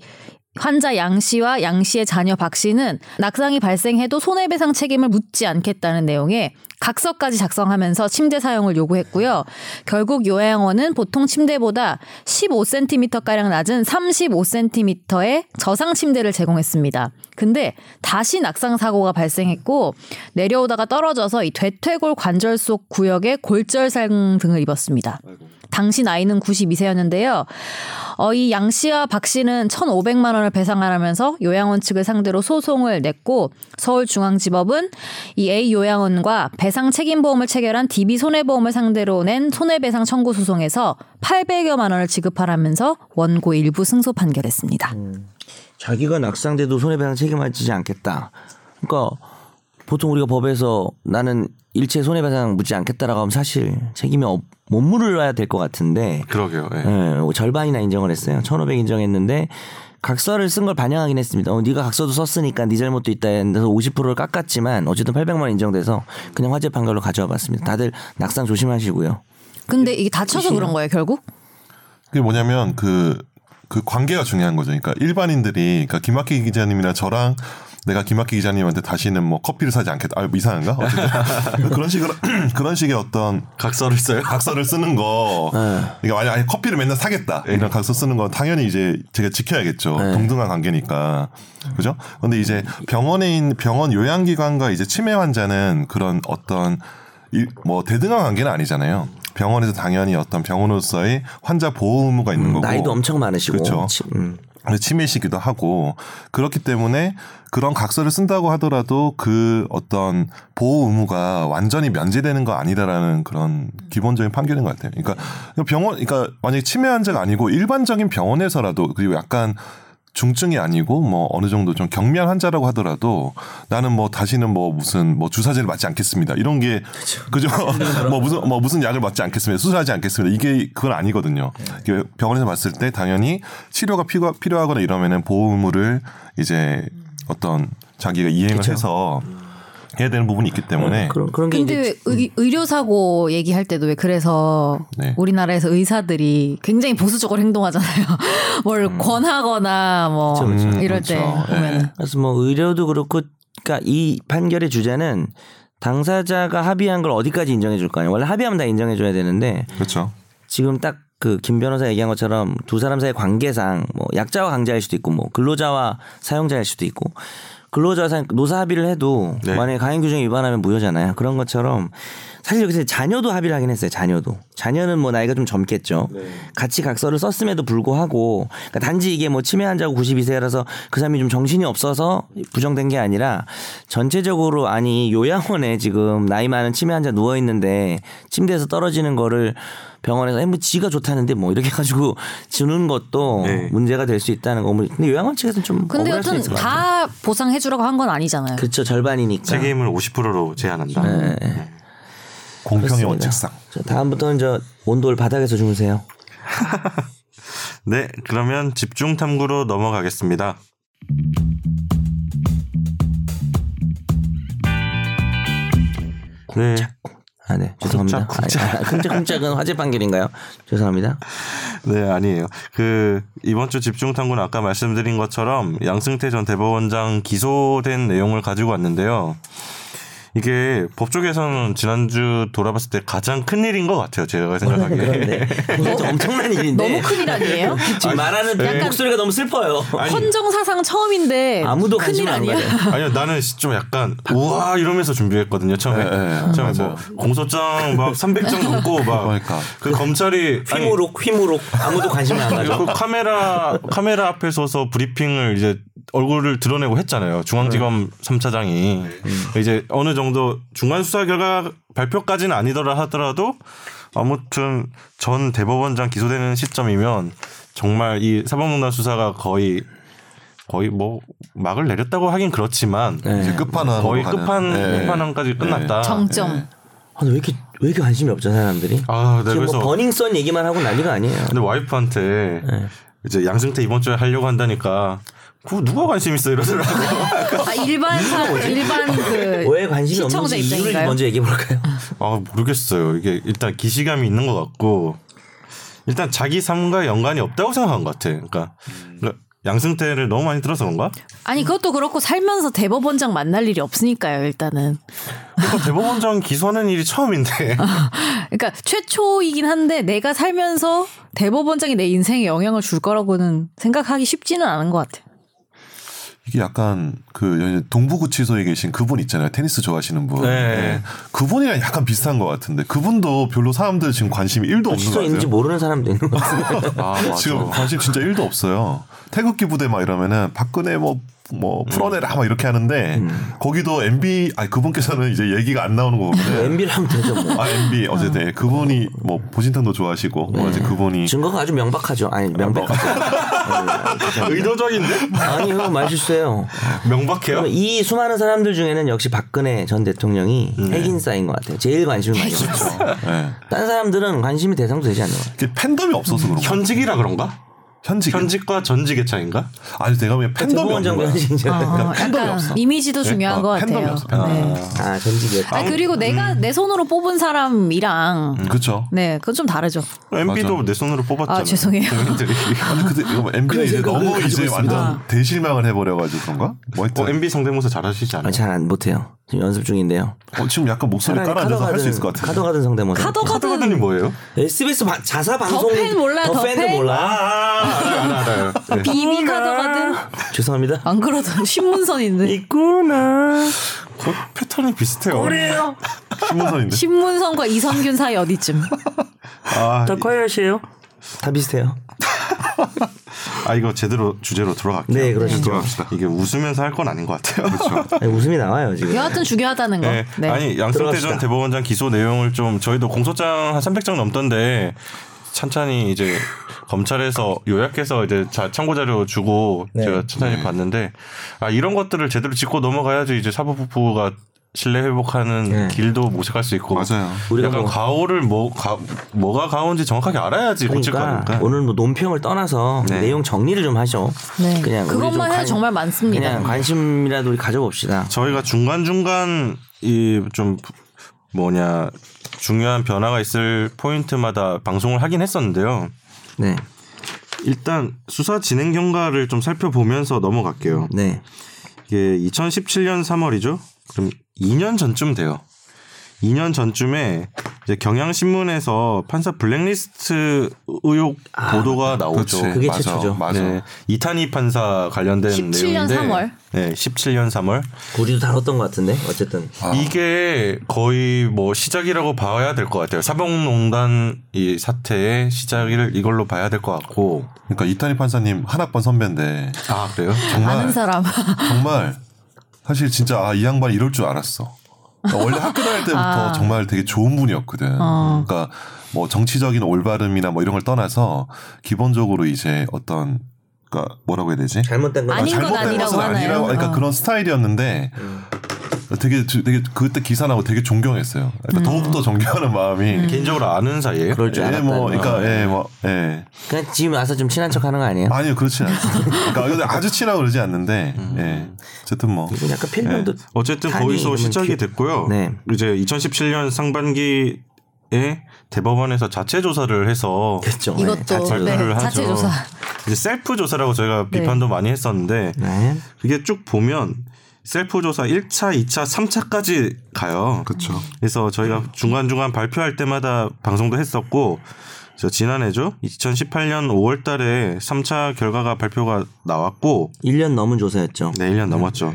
Speaker 3: 환자 양 씨와 양 씨의 자녀 박 씨는 낙상이 발생해도 손해배상 책임을 묻지 않겠다는 내용의 각서까지 작성하면서 침대 사용을 요구했고요. 결국 요양원은 보통 침대보다 15cm가량 낮은 35cm의 저상 침대를 제공했습니다. 근데 다시 낙상 사고가 발생했고 내려오다가 떨어져서 이 대퇴골 관절 속 구역에 골절상 등을 입었습니다. 당시 나이는 92세였는데요. 어, 이 양 씨와 박 씨는 1,500만 원을 배상하라면서 요양원 측을 상대로 소송을 냈고 서울중앙지법은 이 A 요양원과 배상 책임보험을 체결한 DB 손해보험을 상대로 낸 손해배상 청구 소송에서 800여만 원을 지급하라면서 원고 일부 승소 판결했습니다.
Speaker 2: 자기가 낙상돼도 손해배상 책임지지 않겠다. 그러니까 보통 우리가 법에서 나는 일체 손해배상 묻지 않겠다라고 하면 사실 책임이 없- 못 물어야 될 것 같은데
Speaker 1: 그러게요. 예.
Speaker 2: 예, 절반이나 인정을 했어요. 1,500 인정했는데 각서를 쓴 걸 반영하긴 했습니다. 어, 네가 각서도 썼으니까 네 잘못도 있다 해서 50%를 깎았지만 어쨌든 800만 원 인정돼서 그냥 화재 판결로 가져와 봤습니다. 다들 낙상 조심하시고요.
Speaker 3: 근데 이게 다쳐서 그런 거예요, 결국?
Speaker 4: 그게 뭐냐면 그, 그 관계가 중요한 거죠. 그러니까 일반인들이, 그러니까 김학기 기자님이나 저랑 내가 김학기 기자님한테 다시는 뭐 커피를 사지 않겠다. 아, 뭐 이상한가? 어쨌든. 그런 식으로, 그런 식의 어떤
Speaker 1: 각서를 써요. 네.
Speaker 4: 각서를 쓰는 거. 그러니까 아니, 아니, 커피를 맨날 사겠다. 이런 각서 쓰는 건 당연히 이제 제가 지켜야겠죠.
Speaker 1: 네.
Speaker 4: 동등한 관계니까. 그죠? 근데 이제 병원에 있는 병원 요양기관과 이제 치매 환자는 그런 어떤 이, 뭐 대등한 관계는 아니잖아요. 병원에서 당연히 어떤 병원으로서의 환자 보호 의무가 있는
Speaker 2: 음,
Speaker 4: 거고.
Speaker 2: 나이도 엄청 많으시고
Speaker 4: 뭐. 그렇죠.
Speaker 2: 치- 음.
Speaker 4: 근데 치매시기도 하고 그렇기 때문에 그런 각서를 쓴다고 하더라도 그 어떤 보호 의무가 완전히 면제되는 거 아니다라는 그런 기본적인 판결인 것 같아요. 그러니까 병원, 그러니까 만약에 치매 환자가 아니고 일반적인 병원에서라도 그리고 약간 중증이 아니고 뭐 어느 정도 좀 경미한 환자라고 하더라도 나는 뭐 다시는 뭐 무슨 뭐 주사제를 맞지 않겠습니다 이런 게 그죠 뭐 무슨 뭐 무슨 약을 맞지 않겠습니다 수술하지 않겠습니다 이게 그건 아니거든요 이게 병원에서 봤을 때 당연히 치료가 필요, 필요하거나 이러면은 보호 의무를 이제 어떤 자기가 이행을 해서 해야 되는 부분이 있기 때문에
Speaker 2: 네, 그런 그런 게
Speaker 3: 근데
Speaker 2: 이제
Speaker 3: 왜 의, 의료사고 얘기할 때도 왜 그래서
Speaker 4: 네.
Speaker 3: 우리나라에서 의사들이 굉장히 보수적으로 행동하잖아요. 뭘
Speaker 2: 음.
Speaker 3: 권하거나 뭐 이럴
Speaker 2: 예.
Speaker 3: 때
Speaker 4: 그렇죠.
Speaker 3: 보면은.
Speaker 2: 그래서 뭐 의료도 그렇고 그러니까 이 판결의 주제는 당사자가 합의한 걸 어디까지 인정해 줄 거냐. 원래 합의하면 다 인정해 줘야 되는데
Speaker 4: 그렇죠
Speaker 2: 지금 딱 그 김 변호사 얘기한 것처럼 두 사람 사이 관계상 뭐 약자와 강자일 수도 있고 뭐 근로자와 사용자일 수도 있고 근로자와 사용, 노사 합의를 해도
Speaker 1: 네.
Speaker 2: 만약에 가행 규정 위반하면 무효잖아요. 그런 것처럼 사실 여기서 자녀도 합의를 하긴 했어요. 자녀도 자녀는 뭐 나이가 좀 젊겠죠. 같이 각서를 썼음에도 불구하고 그러니까 단지 이게 뭐 치매 환자고 92세라서 그 사람이 좀 정신이 없어서 부정된 게 아니라 전체적으로 아니 요양원에 지금 나이 많은 치매 환자 누워 있는데 침대에서 떨어지는 거를 병원에서 에이, 뭐 지가 좋다는데 뭐 이렇게 가지고 주는 것도
Speaker 1: 네.
Speaker 2: 문제가 될 수 있다는 거. 뭐, 근데 요양원 측에서는 좀
Speaker 3: 근데
Speaker 2: 억울할 수
Speaker 3: 여튼
Speaker 2: 있을 것 같아요.
Speaker 3: 다 보상해주라고 한 건 아니잖아요.
Speaker 2: 그렇죠 절반이니까.
Speaker 1: 책임을 50%로 제한한다. 네.
Speaker 4: 공평의
Speaker 2: 그렇습니다.
Speaker 4: 원칙상
Speaker 2: 저 다음부터는 저 온돌 바닥에서 주무세요.
Speaker 1: 네, 그러면 집중 탐구로 넘어가겠습니다. 네,
Speaker 2: 아, 네. 죄송합니다.
Speaker 1: 쿵짝,
Speaker 2: 아, 아, 쿵짝쿵짝은 화재 판결인가요? 죄송합니다.
Speaker 1: 네 아니에요. 그 이번 주 집중 탐구는 아까 말씀드린 것처럼 양승태 전 대법원장 기소된 내용을 가지고 왔는데요. 이게 법조계에서는 지난주 돌아봤을 때 가장 큰 일인 것 같아요. 예. 제가 생각하기에.
Speaker 2: 그런데 진짜 엄청난 일인데.
Speaker 3: 너무 큰일 아니에요?
Speaker 2: 지금 말하는 목소리가 너무 슬퍼요.
Speaker 3: 헌정사상 처음인데
Speaker 2: 아무도
Speaker 3: 큰일
Speaker 2: 관심 안
Speaker 3: 아니야?
Speaker 2: 가져요.
Speaker 1: 아니요, 나는 좀 약간 우와 이러면서 준비했거든요. 처음에
Speaker 4: 예, 예,
Speaker 1: 처음에
Speaker 4: 맞아요.
Speaker 1: 뭐 공소장 막 300장 넘고 막 그
Speaker 4: 그러니까.
Speaker 1: 검찰이 아니,
Speaker 2: 휘무룩 휘무룩 아무도 관심 안 가져.
Speaker 1: 그 카메라 카메라 앞에 서서 브리핑을 이제 얼굴을 드러내고 했잖아요. 중앙지검 삼 3차장이
Speaker 4: 음.
Speaker 1: 이제 어느 정도 중간 수사 결과 발표까지는 아니더라 하더라도 아무튼 전 대법원장 기소되는 시점이면 정말 이 사법농단 수사가 거의 거의 뭐 막을 내렸다고 하긴 그렇지만
Speaker 4: 이제 끝판왕
Speaker 1: 거의 끝판
Speaker 4: 네.
Speaker 1: 끝판왕까지 끝났다.
Speaker 3: 정점.
Speaker 2: 아, 근데 왜 이렇게 왜 이렇게 관심이 없죠 사람들이?
Speaker 1: 아, 네,
Speaker 2: 지금
Speaker 1: 그래서-
Speaker 2: 뭐 버닝썬 얘기만 하고 난리가 아니에요.
Speaker 1: 근데 와이프한테
Speaker 3: 네.
Speaker 1: 이제 양승태 이번 주에 하려고 한다니까 그 누가 관심 있어 이러더라고.
Speaker 3: 아, 일반 사, 일반 그
Speaker 2: 왜 관심이
Speaker 3: 시청자
Speaker 2: 없는지 이유를
Speaker 3: 입장인가요?
Speaker 2: 먼저 얘기해 볼까요?
Speaker 4: 음.
Speaker 1: 아 모르겠어요. 이게 일단 기시감이 있는 것 같고 일단 자기 삶과 연관이 없다고 생각한 것 같아. 그러니까,
Speaker 4: 음.
Speaker 1: 그러니까 양승태를 너무 많이 들어서 그런가?
Speaker 3: 아니 그것도 그렇고 살면서 대법원장 만날 일이 없으니까요 일단은.
Speaker 1: 그러니까 대법원장 기소하는 일이 처음인데
Speaker 3: 그러니까 최초이긴 한데 내가 살면서 대법원장이 내 인생에 영향을 줄 거라고는 생각하기 쉽지는 않은 것 같아요.
Speaker 4: 이게 약간 그 동부구치소에 계신 그분 있잖아요. 테니스 좋아하시는 분. 예.
Speaker 1: 네.
Speaker 4: 그분이랑 약간 비슷한 것 같은데 그분도 별로 사람들 지금 관심이 1도 없는 것
Speaker 2: 취소인지
Speaker 4: 같아요.
Speaker 2: 모르는 사람도 있는 것 같아요.
Speaker 1: 아, 맞아.
Speaker 4: 지금 관심 진짜 1도 없어요. 태극기 부대 막 이러면은 박근혜 뭐, 뭐, 풀어내라 막 이렇게 하는데, 거기도 MB, 아니, 그분께서는 이제 얘기가 안 나오는 거 보면,
Speaker 2: MB를 하면 되죠 뭐.
Speaker 4: 아, MB, 어쨌든, 그분이 뭐, 보신탕도 좋아하시고, 어제 그분이.
Speaker 2: 증거가 아주 명백하죠. 아니
Speaker 4: 아, 네.
Speaker 2: 명백하죠.
Speaker 1: 의도적인데?
Speaker 2: 아니 그건 말실수예요.
Speaker 1: 명박해요?
Speaker 2: 그러면 이 수많은 사람들 중에는 역시 박근혜 전 대통령이
Speaker 4: 네.
Speaker 2: 핵인싸인 것 같아요. 제일 관심을 많이 가졌죠.
Speaker 4: 예.
Speaker 2: 딴 사람들은 관심이 대상도 되지 않는 거예요.
Speaker 4: 이게 팬덤이 없어서 그런 거예요.
Speaker 1: 현직이라 그런가?
Speaker 4: 현직.
Speaker 1: 현직과 전직의 차인가?
Speaker 4: 아니, 내가 왜 팬덤이
Speaker 2: 대법원
Speaker 4: 없는 거야.
Speaker 2: 정도는 이제
Speaker 3: 어,
Speaker 4: 팬덤이
Speaker 3: 약간
Speaker 4: 없어.
Speaker 3: 이미지도 중요한
Speaker 4: 어,
Speaker 3: 것
Speaker 4: 팬덤이
Speaker 3: 같아요.
Speaker 4: 없어, 팬덤이
Speaker 3: 네.
Speaker 2: 아 전직이었다.
Speaker 3: 아 그리고 내가 내 손으로 뽑은 사람이랑
Speaker 4: 그렇죠.
Speaker 3: 네 그건 좀 다르죠.
Speaker 1: MB도 내 손으로 뽑았잖아.
Speaker 3: 아, 죄송해요.
Speaker 1: 국민들이.
Speaker 4: 아니, 근데 이거 뭐 MB는 이제
Speaker 2: 생각을
Speaker 4: 너무
Speaker 2: 가지고
Speaker 4: 이제
Speaker 2: 있습니다.
Speaker 4: 완전 대실망을 해버려가지고 그런가? 뭐 하여튼.
Speaker 1: 어, MB 성대모사 잘하시지 않아요?
Speaker 2: 잘안 못해요. 지금 연습 중인데요.
Speaker 4: 어, 지금 약간 목소리
Speaker 2: 차라리
Speaker 4: 깔아앉아서 할 수 있을 것 같은데.
Speaker 2: 카도 가든 성대모사.
Speaker 3: 카더
Speaker 1: 카드가든이
Speaker 3: 가든
Speaker 1: 뭐예요?
Speaker 2: SBS 바- 자사 방송
Speaker 3: 팬 몰라요, 더
Speaker 2: 팬도
Speaker 3: 팬?
Speaker 1: 아,
Speaker 2: 몰라.
Speaker 1: 알아, 알아요. 네.
Speaker 3: 비비 카더 가든
Speaker 2: 죄송합니다.
Speaker 3: 안 그러던 신문선인데
Speaker 2: 있구나.
Speaker 1: 그 패턴이 비슷해요.
Speaker 3: 그래요.
Speaker 4: 신문선인데.
Speaker 3: 신문선과 이성균 사이 어디쯤?
Speaker 1: 아,
Speaker 2: 더 커야 하세요. 다 비슷해요.
Speaker 1: 아, 이거 제대로 주제로 들어갈게요.
Speaker 2: 네, 그러시죠.
Speaker 1: 들어갑시다. 이게 웃으면서 할 건 아닌 것 같아요.
Speaker 2: 아니, 웃음이 나와요 지금.
Speaker 3: 여하튼 중요하다는 거.
Speaker 1: 네.
Speaker 3: 네.
Speaker 1: 아니 양승태
Speaker 2: 들어갑시다.
Speaker 1: 전 대법원장 기소 내용을 좀 저희도 공소장 한 300장 넘던데 찬찬히 이제 검찰에서 요약해서 이제 자, 참고 자료 주고
Speaker 2: 네.
Speaker 1: 제가 찬찬히 봤는데 아 이런 것들을 제대로 짚고 넘어가야지 이제 사법부가 신뢰 회복하는
Speaker 2: 네.
Speaker 1: 길도 모색할 수 있고
Speaker 4: 맞아요.
Speaker 2: 우리가
Speaker 1: 약간
Speaker 2: 뭐-
Speaker 1: 가오를 뭐 가, 뭐가 가오인지 정확하게 알아야지 고칠
Speaker 2: 그러니까
Speaker 1: 거니까
Speaker 2: 오늘 뭐 논평을 떠나서
Speaker 1: 네.
Speaker 2: 내용 정리를 좀 하죠.
Speaker 3: 네.
Speaker 2: 그냥 우리
Speaker 3: 그것만
Speaker 2: 좀
Speaker 3: 해도 정말 많습니다.
Speaker 2: 그냥 관심이라도 우리 가져봅시다.
Speaker 1: 저희가 중간 중간 이 좀 뭐냐 중요한 변화가 있을 포인트마다 방송을 하긴 했었는데요.
Speaker 2: 네,
Speaker 1: 일단 수사 진행 경과를 좀 살펴보면서 넘어갈게요.
Speaker 2: 네,
Speaker 1: 이게 2017년 3월이죠. 그럼 2년 전쯤 돼요. 2년 전쯤에 이제 경향신문에서 판사 블랙리스트 의혹 보도가 나오죠.
Speaker 4: 그렇지.
Speaker 2: 그게
Speaker 4: 맞아,
Speaker 2: 최초죠.
Speaker 4: 맞아.
Speaker 1: 네, 이탄희 판사 관련된
Speaker 3: 17년
Speaker 1: 내용인데,
Speaker 3: 삼월.
Speaker 1: 네, 17년 3월.
Speaker 2: 우리도 다뤘던 것 같은데 어쨌든
Speaker 4: 아.
Speaker 1: 이게 거의 뭐 시작이라고 봐야 될 것 같아요. 사법농단 이 사태의 시작을 이걸로 봐야 될 것 같고.
Speaker 4: 그러니까 이탄희 판사님 한 학번 선배인데
Speaker 1: 아 그래요?
Speaker 4: 정말
Speaker 3: 아는 사람.
Speaker 4: 정말 사실 진짜 아, 이 양반 이럴 줄 알았어. 그러니까 원래 학교 다닐 때부터
Speaker 3: 아.
Speaker 4: 정말 되게 좋은 분이었거든.
Speaker 3: 어.
Speaker 4: 그러니까 뭐 정치적인 올바름이나 뭐 이런 걸 떠나서 기본적으로 이제 어떤 그러니까 뭐라고 해야 되지?
Speaker 2: 잘못된 건
Speaker 3: 아닌 건
Speaker 2: 잘못-
Speaker 4: 잘못된
Speaker 3: 아니라고
Speaker 4: 것은
Speaker 3: 하나요?
Speaker 4: 아니라고 그러니까
Speaker 3: 어.
Speaker 4: 그런 스타일이었는데 되게 주- 되게 그때 기사 나고 되게 존경했어요.
Speaker 3: 음.
Speaker 4: 그러니까 더욱더 존경하는 마음이
Speaker 1: 개인적으로 아는 사이에.
Speaker 2: 그럴 줄
Speaker 4: 예,
Speaker 2: 알았다. 네.
Speaker 4: 뭐, 그러니까, 예, 뭐, 예.
Speaker 2: 그냥 지금 와서 좀 친한 척하는 거 아니에요?
Speaker 4: 아니요, 그렇진 않습니다. 그러니까 근데 아주 친하고 그러지 않는데,
Speaker 1: 음.
Speaker 4: 예. 어쨌든 뭐.
Speaker 2: 이건 약간 필명도
Speaker 1: 어쨌든
Speaker 2: 간이
Speaker 1: 거기서
Speaker 2: 이러면
Speaker 1: 시작이
Speaker 2: 귀-
Speaker 1: 됐고요.
Speaker 2: 네.
Speaker 1: 이제 2017년 상반기에 대법원에서 자체 조사를 해서
Speaker 2: 됐죠. 네,
Speaker 3: 이것도
Speaker 2: 자체적으로.
Speaker 1: 발표를
Speaker 3: 네,
Speaker 1: 하죠.
Speaker 3: 자체 조사.
Speaker 1: 이제 셀프 조사라고 저희가 비판도 많이 했었는데
Speaker 2: 네.
Speaker 1: 그게 쭉 보면 셀프 조사 1차, 2차, 3차까지 가요.
Speaker 4: 그렇죠.
Speaker 1: 그래서 저희가 중간중간 발표할 때마다 방송도 했었고 저 지난해죠. 2018년 5월 달에 3차 결과가 발표가 나왔고
Speaker 2: 1년 넘은 조사였죠.
Speaker 1: 네, 1년 넘었죠.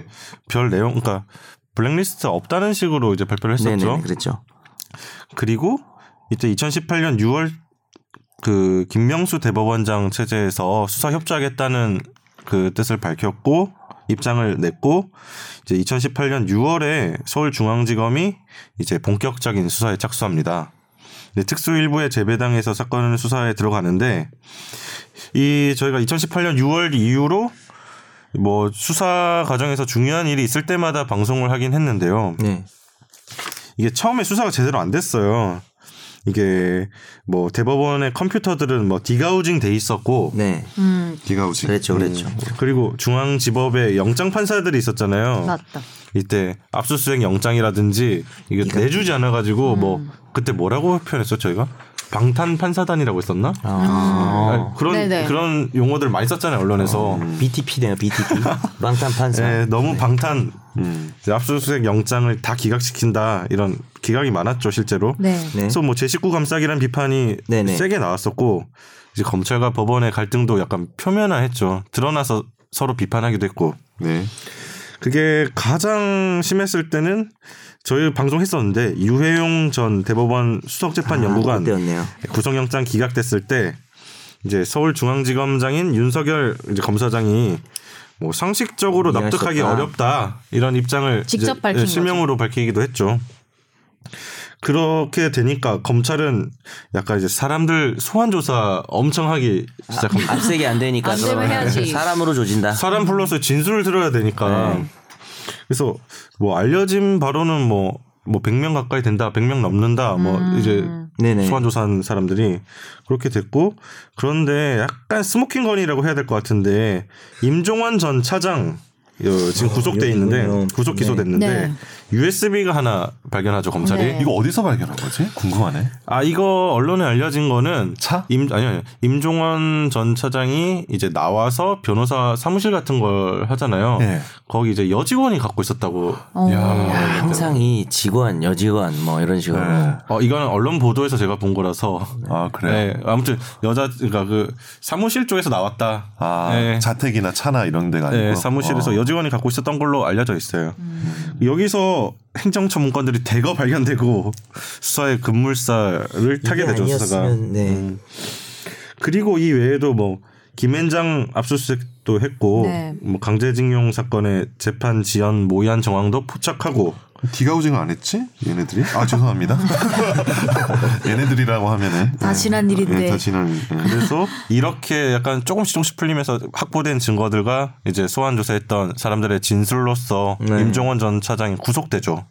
Speaker 1: 별 내용, 그러니까 블랙리스트 없다는 식으로 이제 발표를
Speaker 2: 네,
Speaker 1: 했었죠.
Speaker 2: 네, 그랬죠.
Speaker 1: 그리고 이때 2018년 6월 그 김명수 대법원장 체제에서 수사 협조하겠다는 그 뜻을 밝혔고 입장을 냈고 이제 2018년 6월에 서울중앙지검이 이제 본격적인 수사에 착수합니다. 네, 특수일부의 재배당에서 사건을 수사에 들어가는데 이 저희가 2018년 6월 이후로 뭐 수사 과정에서 중요한 일이 있을 때마다 방송을 하긴 했는데요.
Speaker 2: 네,
Speaker 1: 이게 처음에 수사가 제대로 안 됐어요. 이게 뭐 대법원의 컴퓨터들은 뭐 디가우징 돼 있었고
Speaker 2: 네,
Speaker 3: 음
Speaker 4: 기가우지. 예.
Speaker 2: 그랬죠, 그랬죠.
Speaker 1: 그리고 중앙지법에 영장 판사들이 있었잖아요.
Speaker 3: 맞다.
Speaker 1: 이때 압수수색 영장이라든지 이게 내주지 않아 가지고 뭐 그때 뭐라고 표현했어 저희가 방탄 판사단이라고 했었나?
Speaker 2: 아,
Speaker 1: 아니, 그런
Speaker 3: 네네.
Speaker 1: 그런 용어들 많이 썼잖아요 언론에서.
Speaker 2: BTP네요, BTP. 방탄 판사. 아,
Speaker 1: 예, 너무 방탄 이제 압수수색 영장을 다 기각시킨다 이런 기각이 많았죠 실제로.
Speaker 3: 네.
Speaker 2: 네.
Speaker 1: 그래서 뭐 제식구 감싸기란 비판이
Speaker 2: 네네.
Speaker 1: 세게 나왔었고 이제 검찰과 법원의 갈등도 약간 표면화했죠. 드러나서 서로 비판하기도 했고
Speaker 4: 네.
Speaker 1: 그게 가장 심했을 때는 저희 방송했었는데 유해용 전 대법원 수석재판 연구관
Speaker 2: 아, 그때였네요.
Speaker 1: 구속영장 기각됐을 때 이제 서울중앙지검장인 윤석열 이제 검사장이 뭐 상식적으로
Speaker 2: 이해할 수
Speaker 1: 납득하기
Speaker 2: 없다.
Speaker 1: 어렵다 이런 입장을
Speaker 3: 직접
Speaker 1: 이제 예,
Speaker 3: 밝힌
Speaker 1: 실명으로 밝히기도 했죠. 그렇게 되니까 검찰은 약간 이제 사람들 소환 조사 엄청 하기 시작합니다.
Speaker 2: 아, 압색이 안 되니까
Speaker 3: 안 되면
Speaker 2: 그러면
Speaker 3: 해야지.
Speaker 2: 사람으로
Speaker 3: 아.
Speaker 2: 조진다.
Speaker 1: 사람 플러스 진술을 들어야 되니까.
Speaker 3: 네.
Speaker 1: 그래서 뭐 알려진 바로는 뭐 뭐 100명 가까이 된다, 100명 넘는다, 뭐
Speaker 3: 음.
Speaker 1: 이제
Speaker 2: 네네.
Speaker 1: 소환 조사한 사람들이 그렇게 됐고 그런데 약간 스모킹 건이라고 해야 될 것 같은데 임종원 전 차장 어, 지금 구속돼 있는데
Speaker 2: 이분이요.
Speaker 1: 구속
Speaker 2: 아, 네.
Speaker 1: 기소됐는데
Speaker 3: 네.
Speaker 1: USB가 하나 발견하죠 검찰이
Speaker 3: 네.
Speaker 4: 이거 어디서 발견한 거지? 궁금하네.
Speaker 1: 아 이거 언론에 알려진 거는
Speaker 4: 차?
Speaker 1: 임 아니 아니 임종원 전 차장이 이제 나와서 변호사 사무실 같은 걸 하잖아요.
Speaker 4: 네.
Speaker 1: 거기 이제 여직원이 갖고 있었다고.
Speaker 3: 어.
Speaker 1: 네,
Speaker 4: 야.
Speaker 2: 아, 항상
Speaker 1: 그렇죠.
Speaker 2: 이 직원, 여직원 뭐 이런 식으로.
Speaker 4: 네.
Speaker 1: 어 이거는 언론 보도에서 제가 본 거라서.
Speaker 4: 아 그래요.
Speaker 1: 네, 아무튼 여자 그러니까 그 사무실 쪽에서 나왔다.
Speaker 4: 아
Speaker 1: 네.
Speaker 4: 자택이나 차나 이런 데가 아니고
Speaker 1: 네, 사무실에서
Speaker 4: 어.
Speaker 1: 여직원이 갖고 있었던 걸로 알려져 있어요. 여기서 행정처 문건들이 대거 발견되고 수사의 급물살을 음. 타게
Speaker 2: 이게
Speaker 1: 되죠 수사가.
Speaker 2: 아니었으면, 네.
Speaker 1: 그리고 이 외에도 뭐 김앤장 압수수색도 했고
Speaker 3: 네.
Speaker 1: 뭐 강제징용 사건의 재판 지연 모의한 정황도 포착하고
Speaker 4: 디가우징을 안 했지? 얘네들이? 아 죄송합니다. 얘네들이라고 하면은
Speaker 3: 다
Speaker 4: 예.
Speaker 3: 지난 일인데.
Speaker 4: 예, 다 지난 일. 예.
Speaker 1: 그래서 이렇게 약간 조금씩 조금씩 풀리면서 확보된 증거들과 이제 소환 조사했던 사람들의 진술로서
Speaker 2: 네.
Speaker 1: 임종원 전 차장이 구속되죠.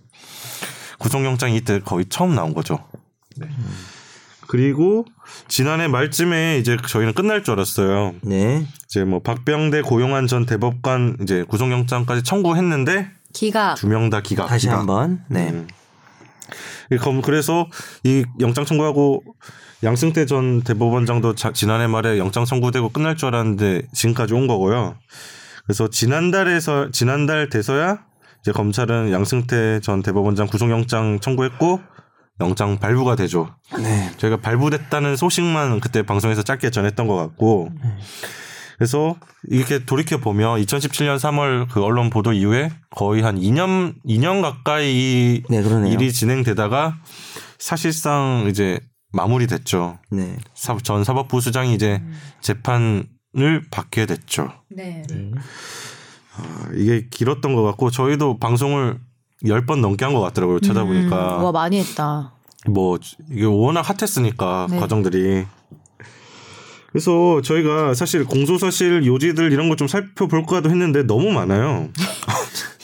Speaker 1: 구속영장이 이때 거의 처음 나온 거죠. 그리고 지난해 말쯤에 이제 저희는 끝날 줄 알았어요.
Speaker 2: 네.
Speaker 1: 이제 뭐 박병대 고용한 전 대법관 이제 구속영장까지 청구했는데
Speaker 3: 기각.
Speaker 1: 두 명 다 아, 기각.
Speaker 2: 다시
Speaker 1: 기각.
Speaker 2: 한번. 네.
Speaker 1: 음. 이 검- 그래서 이 영장 청구하고 양승태 전 대법원장도 자- 지난해 말에 영장 청구되고 끝날 줄 알았는데 지금까지 온 거고요. 그래서 지난달에서 지난달 돼서야 이제 검찰은 양승태 전 대법원장 구속영장 청구했고 영장 발부가 되죠.
Speaker 2: 네.
Speaker 1: 저희가 발부됐다는 소식만 그때 방송에서 짧게 전했던 것 같고 그래서 이렇게 돌이켜 보면 2017년 3월 그 언론 보도 이후에 거의 한 2년 2년 가까이 이
Speaker 2: 네, 그러네요.
Speaker 1: 일이 진행되다가 사실상 이제 마무리됐죠.
Speaker 2: 네.
Speaker 1: 사- 전 사법부 수장이 이제
Speaker 2: 음.
Speaker 1: 재판을 받게 됐죠.
Speaker 3: 네.
Speaker 1: 아, 이게 길었던 것 같고 저희도 방송을 10번 넘게 한 것 같더라고요. 찾아보니까
Speaker 3: 음, 와 많이 했다.
Speaker 1: 뭐 이게 워낙 핫했으니까
Speaker 3: 네.
Speaker 1: 과정들이 그래서 저희가 사실 공소사실 요지들 이런 거 좀 살펴볼까도 했는데 너무 많아요.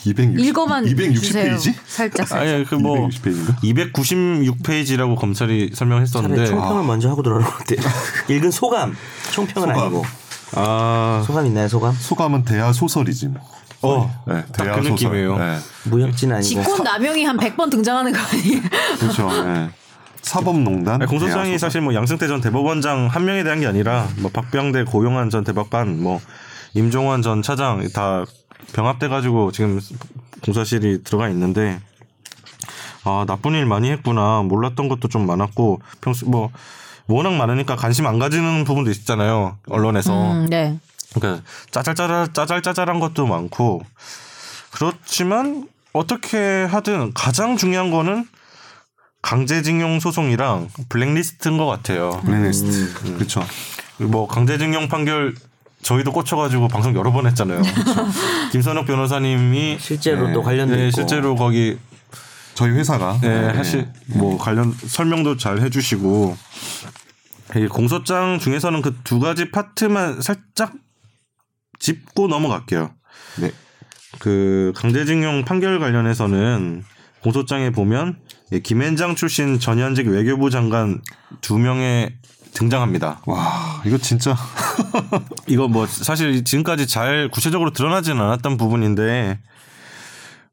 Speaker 4: 260,
Speaker 3: 읽어만
Speaker 4: 260
Speaker 3: 주세요.
Speaker 4: 페이지?
Speaker 3: 살짝 살짝.
Speaker 1: 아니 그뭐
Speaker 4: 260페이지인가?
Speaker 1: 296페이지라고 검찰이 설명했었는데 아.
Speaker 2: 차라리 총평을 먼저 하고 들어오는 것 같아요. 읽은 소감. 총평은
Speaker 4: 소감.
Speaker 2: 아니고.
Speaker 1: 아,
Speaker 2: 소감 있나요, 소감?
Speaker 4: 소감은 대하 소설이지 뭐.
Speaker 1: 어,
Speaker 4: 네,
Speaker 1: 딱 그 느낌이에요.
Speaker 4: 네,
Speaker 2: 무협진 아니고.
Speaker 3: 직권 남용이 한 100번 등장하는 거 아니에요?
Speaker 4: 그렇죠. 예. 사법농단.
Speaker 1: 아니, 공소장이
Speaker 4: 대하 소설.
Speaker 1: 사실 뭐 양승태 전 대법원장 한 명에 대한 게 아니라 뭐 박병대 고용한 전 대법관 뭐 임종원 전 차장 다 병합돼 가지고 지금 공사실이 들어가 있는데 아 나쁜 일 많이 했구나 몰랐던 것도 좀 많았고 평소 뭐 워낙 많으니까 관심 안 가지는 부분도 있잖아요 언론에서
Speaker 3: 음, 네.
Speaker 1: 그러니까 짜잘짜잘 짜잘짜잘한 것도 많고 그렇지만 어떻게 하든 가장 중요한 거는 강제징용 소송이랑 블랙리스트인 것 같아요.
Speaker 2: 네.
Speaker 1: 음.
Speaker 4: 블랙리스트. 그렇죠.
Speaker 1: 뭐 강제징용 판결 저희도 꽂혀가지고 방송 여러 번 했잖아요. 김선욱 변호사님이
Speaker 2: 실제로
Speaker 4: 네.
Speaker 2: 또 관련돼
Speaker 1: 네,
Speaker 2: 있고.
Speaker 1: 실제로 거기
Speaker 4: 저희 회사가
Speaker 1: 네,
Speaker 4: 예,
Speaker 1: 사실 뭐 관련 설명도 잘 해주시고 이 공소장 중에서는 그 두 가지 파트만 살짝 짚고 넘어갈게요.
Speaker 4: 네.
Speaker 1: 그 강제징용 판결 관련해서는 공소장에 보면 이 김앤장 출신 전현직 외교부 장관 두 명의 등장합니다.
Speaker 4: 와 이거 진짜
Speaker 1: 이거 뭐 사실 지금까지 잘 구체적으로 드러나지는 않았던 부분인데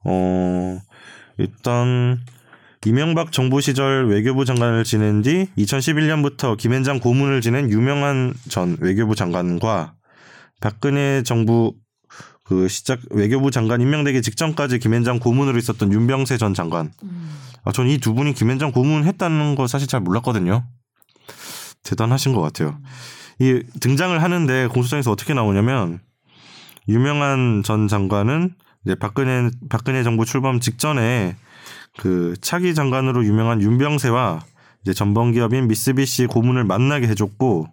Speaker 1: 어 일단 이명박 정부 시절 외교부 장관을 지낸 뒤 2011년부터 김앤장 고문을 지낸 유명한 전 외교부 장관과 박근혜 정부 그 시작 외교부 장관 임명되기 직전까지 김앤장 고문으로 있었던 윤병세 전 장관. 아, 전 이 두 분이 김앤장 고문했다는 거 사실 잘 몰랐거든요. 대단하신 것 같아요. 이 등장을 하는데 공소장에서 어떻게 나오냐면 유명한 전 장관은 이제 박근혜 박근혜 정부 출범 직전에 그 차기 장관으로 유명한 윤병세와 이제 전범 기업인 미쓰비시 고문을 만나게 해줬고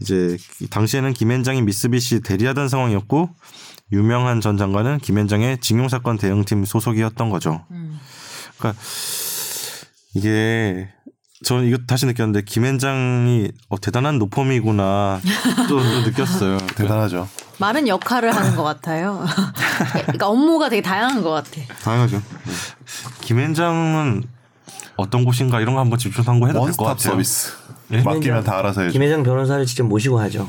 Speaker 1: 이제 당시에는 김현장이 미쓰비시 대리하던 상황이었고 유명한 전 장관은 김현장의 징용 사건 대응팀 소속이었던 거죠.
Speaker 3: 음.
Speaker 1: 그러니까 이게 저는 이거 다시 느꼈는데 김현장이 어, 대단한 노펌이구나 또, 또 느꼈어요.
Speaker 4: 네.
Speaker 1: 그러니까
Speaker 4: 대단하죠.
Speaker 3: 많은 역할을 하는 것 같아요. 그러니까 업무가 되게 다양한 것 같아.
Speaker 4: 당연하죠.
Speaker 1: 음. 김현장은 어떤 곳인가 이런 거 한번 집중탐구 해도 될 것
Speaker 4: 원스톱
Speaker 1: 같아요.
Speaker 4: 서비스. 맡기면 다 알아서 해줘.
Speaker 2: 김혜정 변호사를 직접 모시고 하죠.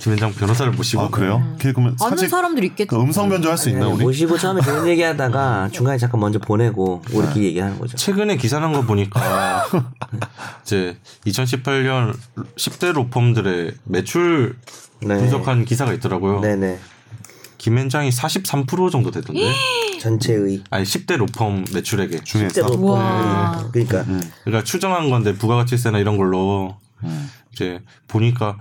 Speaker 1: 김현장 변호사를 모시고
Speaker 4: 아 그래요? 걔 그러면
Speaker 3: 아는
Speaker 4: 사직
Speaker 3: 사람들 있겠지.
Speaker 4: 그 음성 변조 할 수
Speaker 1: 네,
Speaker 4: 있나 우리?
Speaker 2: 네, 모시고 처음에 좋은 얘기하다가 중간에 잠깐 먼저 보내고
Speaker 1: 네.
Speaker 2: 우리끼리 얘기하는 거죠.
Speaker 1: 최근에 기사 난 거 보니까 이제 2018년 10대 로펌들의 매출
Speaker 2: 네.
Speaker 1: 분석한 기사가 있더라고요.
Speaker 2: 네네.
Speaker 1: 김현장이 43% 정도
Speaker 3: 네.
Speaker 1: 되던데.
Speaker 2: 전체의
Speaker 1: 아니 10대 로펌 매출액에.
Speaker 4: 중에서
Speaker 2: 실제로
Speaker 3: 우와.
Speaker 2: 보면 그러니까
Speaker 1: 그러니까 추정한 건데 부가가치세나 이런 걸로 이제 보니까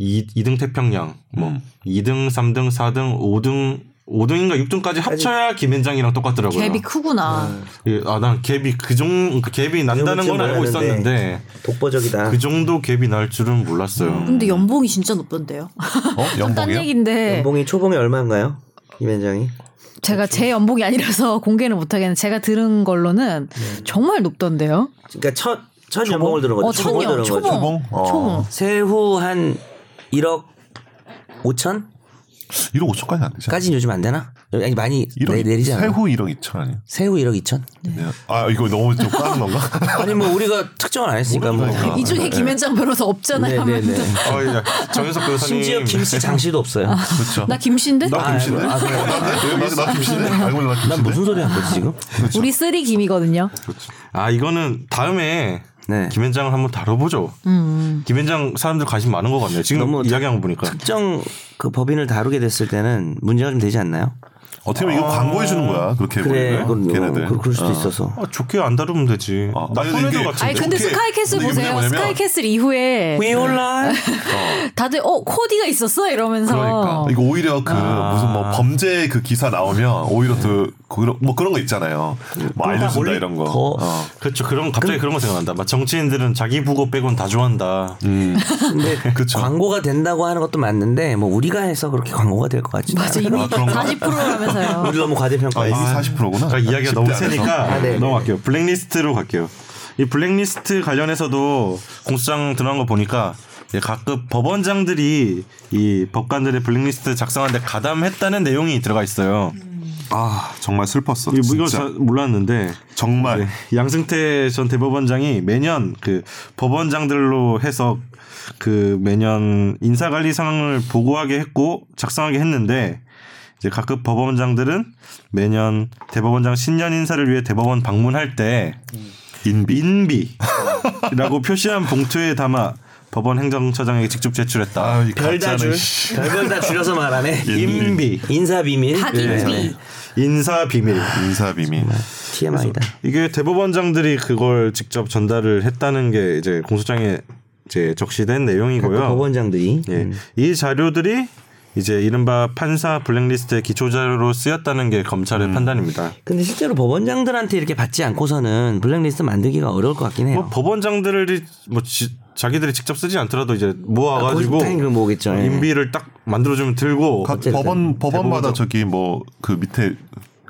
Speaker 1: 이 2등 태평양, 뭐
Speaker 4: 음.
Speaker 1: 2등, 3등, 4등, 5등, 5등인가 6등까지 합쳐야 김현장이랑 똑같더라고요.
Speaker 3: 갭이 크구나.
Speaker 1: 예, 아, 난 갭이 그 정, 그 갭이 난다는 건 알고
Speaker 2: 몰랐는데.
Speaker 1: 있었는데
Speaker 2: 독보적이다.
Speaker 1: 그 정도 갭이 날 줄은 몰랐어요.
Speaker 3: 근데 연봉이 진짜 높던데요.
Speaker 4: 어?
Speaker 3: 딴
Speaker 4: 연봉이요?
Speaker 3: 얘기인데
Speaker 2: 연봉이 초봉이 얼마인가요? 김현정이?
Speaker 3: 제가 제 연봉이 아니라서 공개는 못하겠는데 제가 들은 걸로는 정말 높던데요.
Speaker 2: 그러니까 첫, 첫 연봉을 들은 거죠.
Speaker 3: 어,
Speaker 2: 뭐 초봉을
Speaker 3: 천이요.
Speaker 2: 들은 거죠.
Speaker 3: 초봉.
Speaker 4: 초봉? 어.
Speaker 3: 초봉.
Speaker 2: 세후 한 1억 5천?
Speaker 4: 1억 5천까지 안 되잖아.
Speaker 2: 까지는 요즘 안 되나? 아니 많이 내, 내리잖아요. 세후.
Speaker 4: 세후 1억 2천 아니에요?
Speaker 2: 1억 2천?
Speaker 4: 네. 아 이거 너무 좀 까는 건가?
Speaker 2: 아니 뭐 우리가 특정을 안 했으니까 뭐.
Speaker 3: 이 중에 김현장 변호사 없잖아요.
Speaker 2: 네네네.
Speaker 3: 하면서.
Speaker 1: 어, 예. 정현석 변호사님.
Speaker 2: 심지어 김씨 장씨도
Speaker 3: 아.
Speaker 2: 없어요.
Speaker 4: 그렇죠.
Speaker 3: 나 김씨인데?
Speaker 4: 나 김씨인데?
Speaker 2: 아, 네. 그래요?
Speaker 4: 나 김씨인데? 알고 보니 나
Speaker 2: 난
Speaker 4: 김씨인데?
Speaker 2: 무슨 소리 한 거지 지금?
Speaker 3: 우리 쓰리 김이거든요.
Speaker 1: 아 이거는 다음에
Speaker 2: 네.
Speaker 1: 김현장을 한번 다뤄보죠.
Speaker 2: 음,
Speaker 1: 김현장 사람들 관심 많은 것 같네요. 지금
Speaker 2: 너무
Speaker 1: 이야기한 거 보니까.
Speaker 2: 특정 그 법인을 다루게 됐을 때는 문제가 좀 되지 않나요?
Speaker 4: 어떻게 보면 이거 광고해 주는 거야. 그렇게
Speaker 2: 아. 그래,
Speaker 4: 보면
Speaker 2: 그건
Speaker 4: 걔네들.
Speaker 2: 그, 럴 수도 있어서.
Speaker 1: 아, 좋게 안 다루면 되지.
Speaker 4: 아,
Speaker 1: 나쁜
Speaker 4: 아니,
Speaker 1: 애들
Speaker 4: 이게-
Speaker 1: 같은데.
Speaker 3: 아니 그- 근데
Speaker 4: 좋게-
Speaker 3: 스카이캐슬
Speaker 4: 근데 이게
Speaker 3: 보세요.
Speaker 4: 뭐냐면-
Speaker 3: 스카이캐슬 이후에
Speaker 2: 위올라
Speaker 3: 다들 어 코디가 있었어 이러면서
Speaker 1: 그러니까.
Speaker 4: 이거 오히려 그 무슨 뭐 범죄 그 기사 나오면 오히려 그 그런 뭐 그런 거 있잖아요. 뭐 알려준다 이런 거.
Speaker 2: 더
Speaker 4: 어.
Speaker 1: 그렇죠. 그런 갑자기 그런 거 생각난다. 막 정치인들은 자기 부고 빼곤 다 좋아한다.
Speaker 2: 근데
Speaker 4: 그쵸.
Speaker 2: 광고가 된다고 하는 것도 맞는데 뭐 우리가 해서 그렇게 광고가 될 것 같지.
Speaker 3: 맞아 이미
Speaker 4: 그런 거.
Speaker 3: 40%라면서요.
Speaker 2: 우리 너무
Speaker 4: 아 이미
Speaker 2: 과대평가했어.
Speaker 4: 40%구나.
Speaker 1: 그러니까 이야기가 너무 세니까
Speaker 2: 아, 네.
Speaker 1: 넘어갈게요. 블랙리스트로 갈게요. 이 블랙리스트 관련해서도 공수장 들어간 거 보니까 이제 각급 법원장들이 이 법관들의 블랙리스트 작성하는데 가담했다는 내용이 들어가 있어요.
Speaker 4: 아 정말 슬펐어.
Speaker 1: 이 이거
Speaker 4: 진짜
Speaker 1: 잘 몰랐는데
Speaker 4: 정말
Speaker 1: 네. 양승태 전 대법원장이 매년 그 법원장들로 해서 그 매년 인사관리 상황을 보고하게 했고 작성하게 했는데 이제 각급 법원장들은 매년 대법원장 신년 인사를 위해 대법원 방문할 때 인비 인비라고 표시한 봉투에 담아 법원 행정처장에게 직접 제출했다.
Speaker 4: 아이
Speaker 2: 별다 줄.
Speaker 4: 가짜는 씨.
Speaker 2: 별걸 다 줄여서 말하네.
Speaker 4: 예,
Speaker 1: 인비
Speaker 2: 인사 비밀. 네.
Speaker 3: 박인비
Speaker 1: 인사 비밀.
Speaker 4: 인사 비밀.
Speaker 2: TMI다.
Speaker 1: 이게 대법원장들이 그걸 직접 전달을 했다는 게 이제 공소장에 이제 적시된 내용이고요.
Speaker 2: 그 그러니까 법원장들이.
Speaker 1: 예. 이 자료들이 이제 이른바 판사 블랙리스트의 기초 자료로 쓰였다는 게 검찰의 판단입니다.
Speaker 2: 근데 실제로 법원장들한테 이렇게 받지 않고서는 블랙리스트 만들기가 어려울 것 같긴 해요.
Speaker 1: 뭐 법원장들이 뭐 지- 자기들이 직접 쓰지 않더라도 이제 모아가지고
Speaker 2: 고스탕인 걸 모으겠죠. 예.
Speaker 1: 인비를 딱 만들어주면 들고
Speaker 4: 각
Speaker 2: 어쨌든
Speaker 4: 법원 법원마다 저기 뭐 그 밑에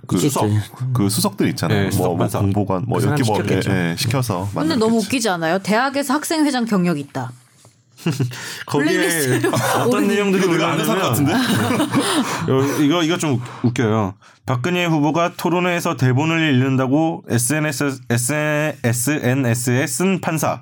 Speaker 4: 그
Speaker 2: 있겠죠.
Speaker 4: 수석 그 수석들 있잖아요.
Speaker 1: 예,
Speaker 4: 뭐, 뭐
Speaker 1: 수석반사.
Speaker 4: 공보관 뭐
Speaker 2: 그
Speaker 4: 이렇게
Speaker 2: 사람
Speaker 4: 뭐
Speaker 2: 시켰겠죠.
Speaker 4: 예, 예, 시켜서.
Speaker 3: 근데
Speaker 4: 만들었겠지.
Speaker 3: 너무 웃기지 않아요? 대학에서 학생회장 경력 있다.
Speaker 1: 거기에
Speaker 3: 블랙리스트.
Speaker 1: 어떤 내용들이
Speaker 4: 이거 내가 아는 사람
Speaker 1: 올라오냐면
Speaker 4: 같은데.
Speaker 1: 요- 이거 이거 좀 웃겨요. 박근혜 후보가 토론회에서 대본을 읽는다고 SNS SNS에 쓴 판사.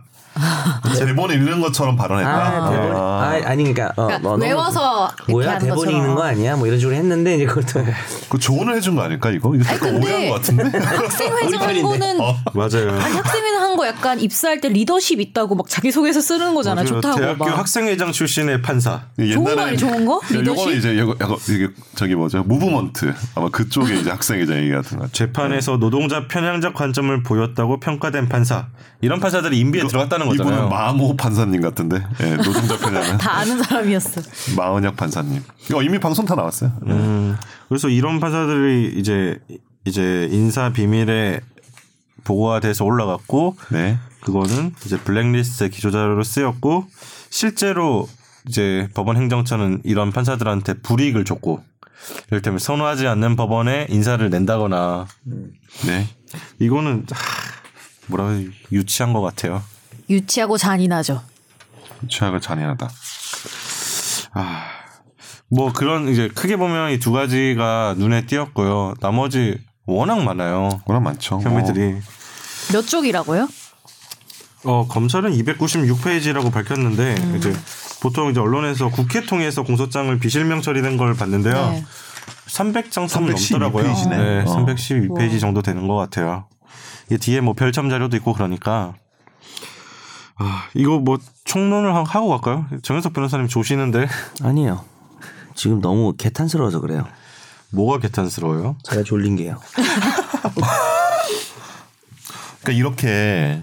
Speaker 4: 대본에 읽는 것처럼 발언했다.
Speaker 2: 아, 대본. 아, 아니 그러니까, 어,
Speaker 3: 그러니까
Speaker 2: 뭐 너무-
Speaker 3: 외워서 이렇게
Speaker 2: 뭐야
Speaker 3: 하는
Speaker 2: 대본
Speaker 3: 것처럼. 네.
Speaker 2: 읽는 거 아니야? 뭐 이런 식으로 했는데 이제 그것도
Speaker 4: 그 조언을 해준 거 아닐까 이거? 이거
Speaker 3: 아니
Speaker 4: 약간 오해한
Speaker 3: 근데
Speaker 4: 거 같은데. 어.
Speaker 3: 학생회장 한 거는
Speaker 1: 맞아요.
Speaker 3: 아니 학생회장 한 거 약간 입사할 때 리더십 있다고 막 자기 소개서 쓰는 거잖아.
Speaker 1: 맞아요.
Speaker 3: 좋다고
Speaker 1: 대학교
Speaker 3: 막.
Speaker 1: 학생회장 출신의 판사.
Speaker 4: 그
Speaker 3: 좋은 거 아니, 좋은 거?
Speaker 4: 이거
Speaker 3: 리더십?
Speaker 4: 이제 이거 약간 이게 저기 뭐죠? 무브먼트 아마 그쪽에 이제 학생회장 얘기 같은 거.
Speaker 3: 음.
Speaker 1: 재판에서 노동자 편향적 관점을 보였다고 평가된 판사. 이런 판사들이 인비에 들어갔다는 하는
Speaker 4: 이분은
Speaker 1: 거잖아요.
Speaker 4: 마모 판사님 같은데 예, 노동자 편이라면
Speaker 3: 다 아는 사람이었어.
Speaker 4: 마은혁 판사님. 어, 이미 방송 다 나왔어요.
Speaker 1: 음, 그래서 이런 판사들이 이제 이제 인사 비밀에 보고가 돼서 올라갔고
Speaker 4: 네.
Speaker 1: 그거는 이제 블랙리스트 기조 자료로 쓰였고 실제로 이제 법원 행정처는 이런 판사들한테 불이익을 줬고 이를테면 선호하지 않는 법원에 인사를 낸다거나
Speaker 4: 네.
Speaker 1: 이거는 하, 뭐라 해야 되지? 유치한 것 같아요.
Speaker 3: 유치하고 잔인하죠.
Speaker 4: 최악을 잔인하다.
Speaker 1: 뭐 그런 이제 크게 보면 이 두 가지가 눈에 띄었고요. 나머지 워낙 많아요.
Speaker 4: 워낙 많죠. 어,
Speaker 1: 혐의들이
Speaker 3: 몇 쪽이라고요?
Speaker 1: 어, 검찰은 296페이지라고 밝혔는데 이제 보통 이제 언론에서 국회 통해서 공소장을 비실명 처리된 걸 봤는데요.
Speaker 3: 네.
Speaker 1: 300장 선
Speaker 4: 312
Speaker 1: 넘더라고요.
Speaker 4: 페이지네.
Speaker 1: 네,
Speaker 4: 어.
Speaker 1: 312페이지 정도 되는 것 같아요. 이게 뒤에 뭐 별첨 자료도 있고 그러니까 아, 이거 뭐 총론을 하- 하고 갈까요? 정현석 변호사님 조시는데
Speaker 2: 아니에요. 지금 너무 개탄스러워서 그래요.
Speaker 1: 뭐가 개탄스러워요?
Speaker 2: 제가 졸린 게요.
Speaker 4: 그러니까 이렇게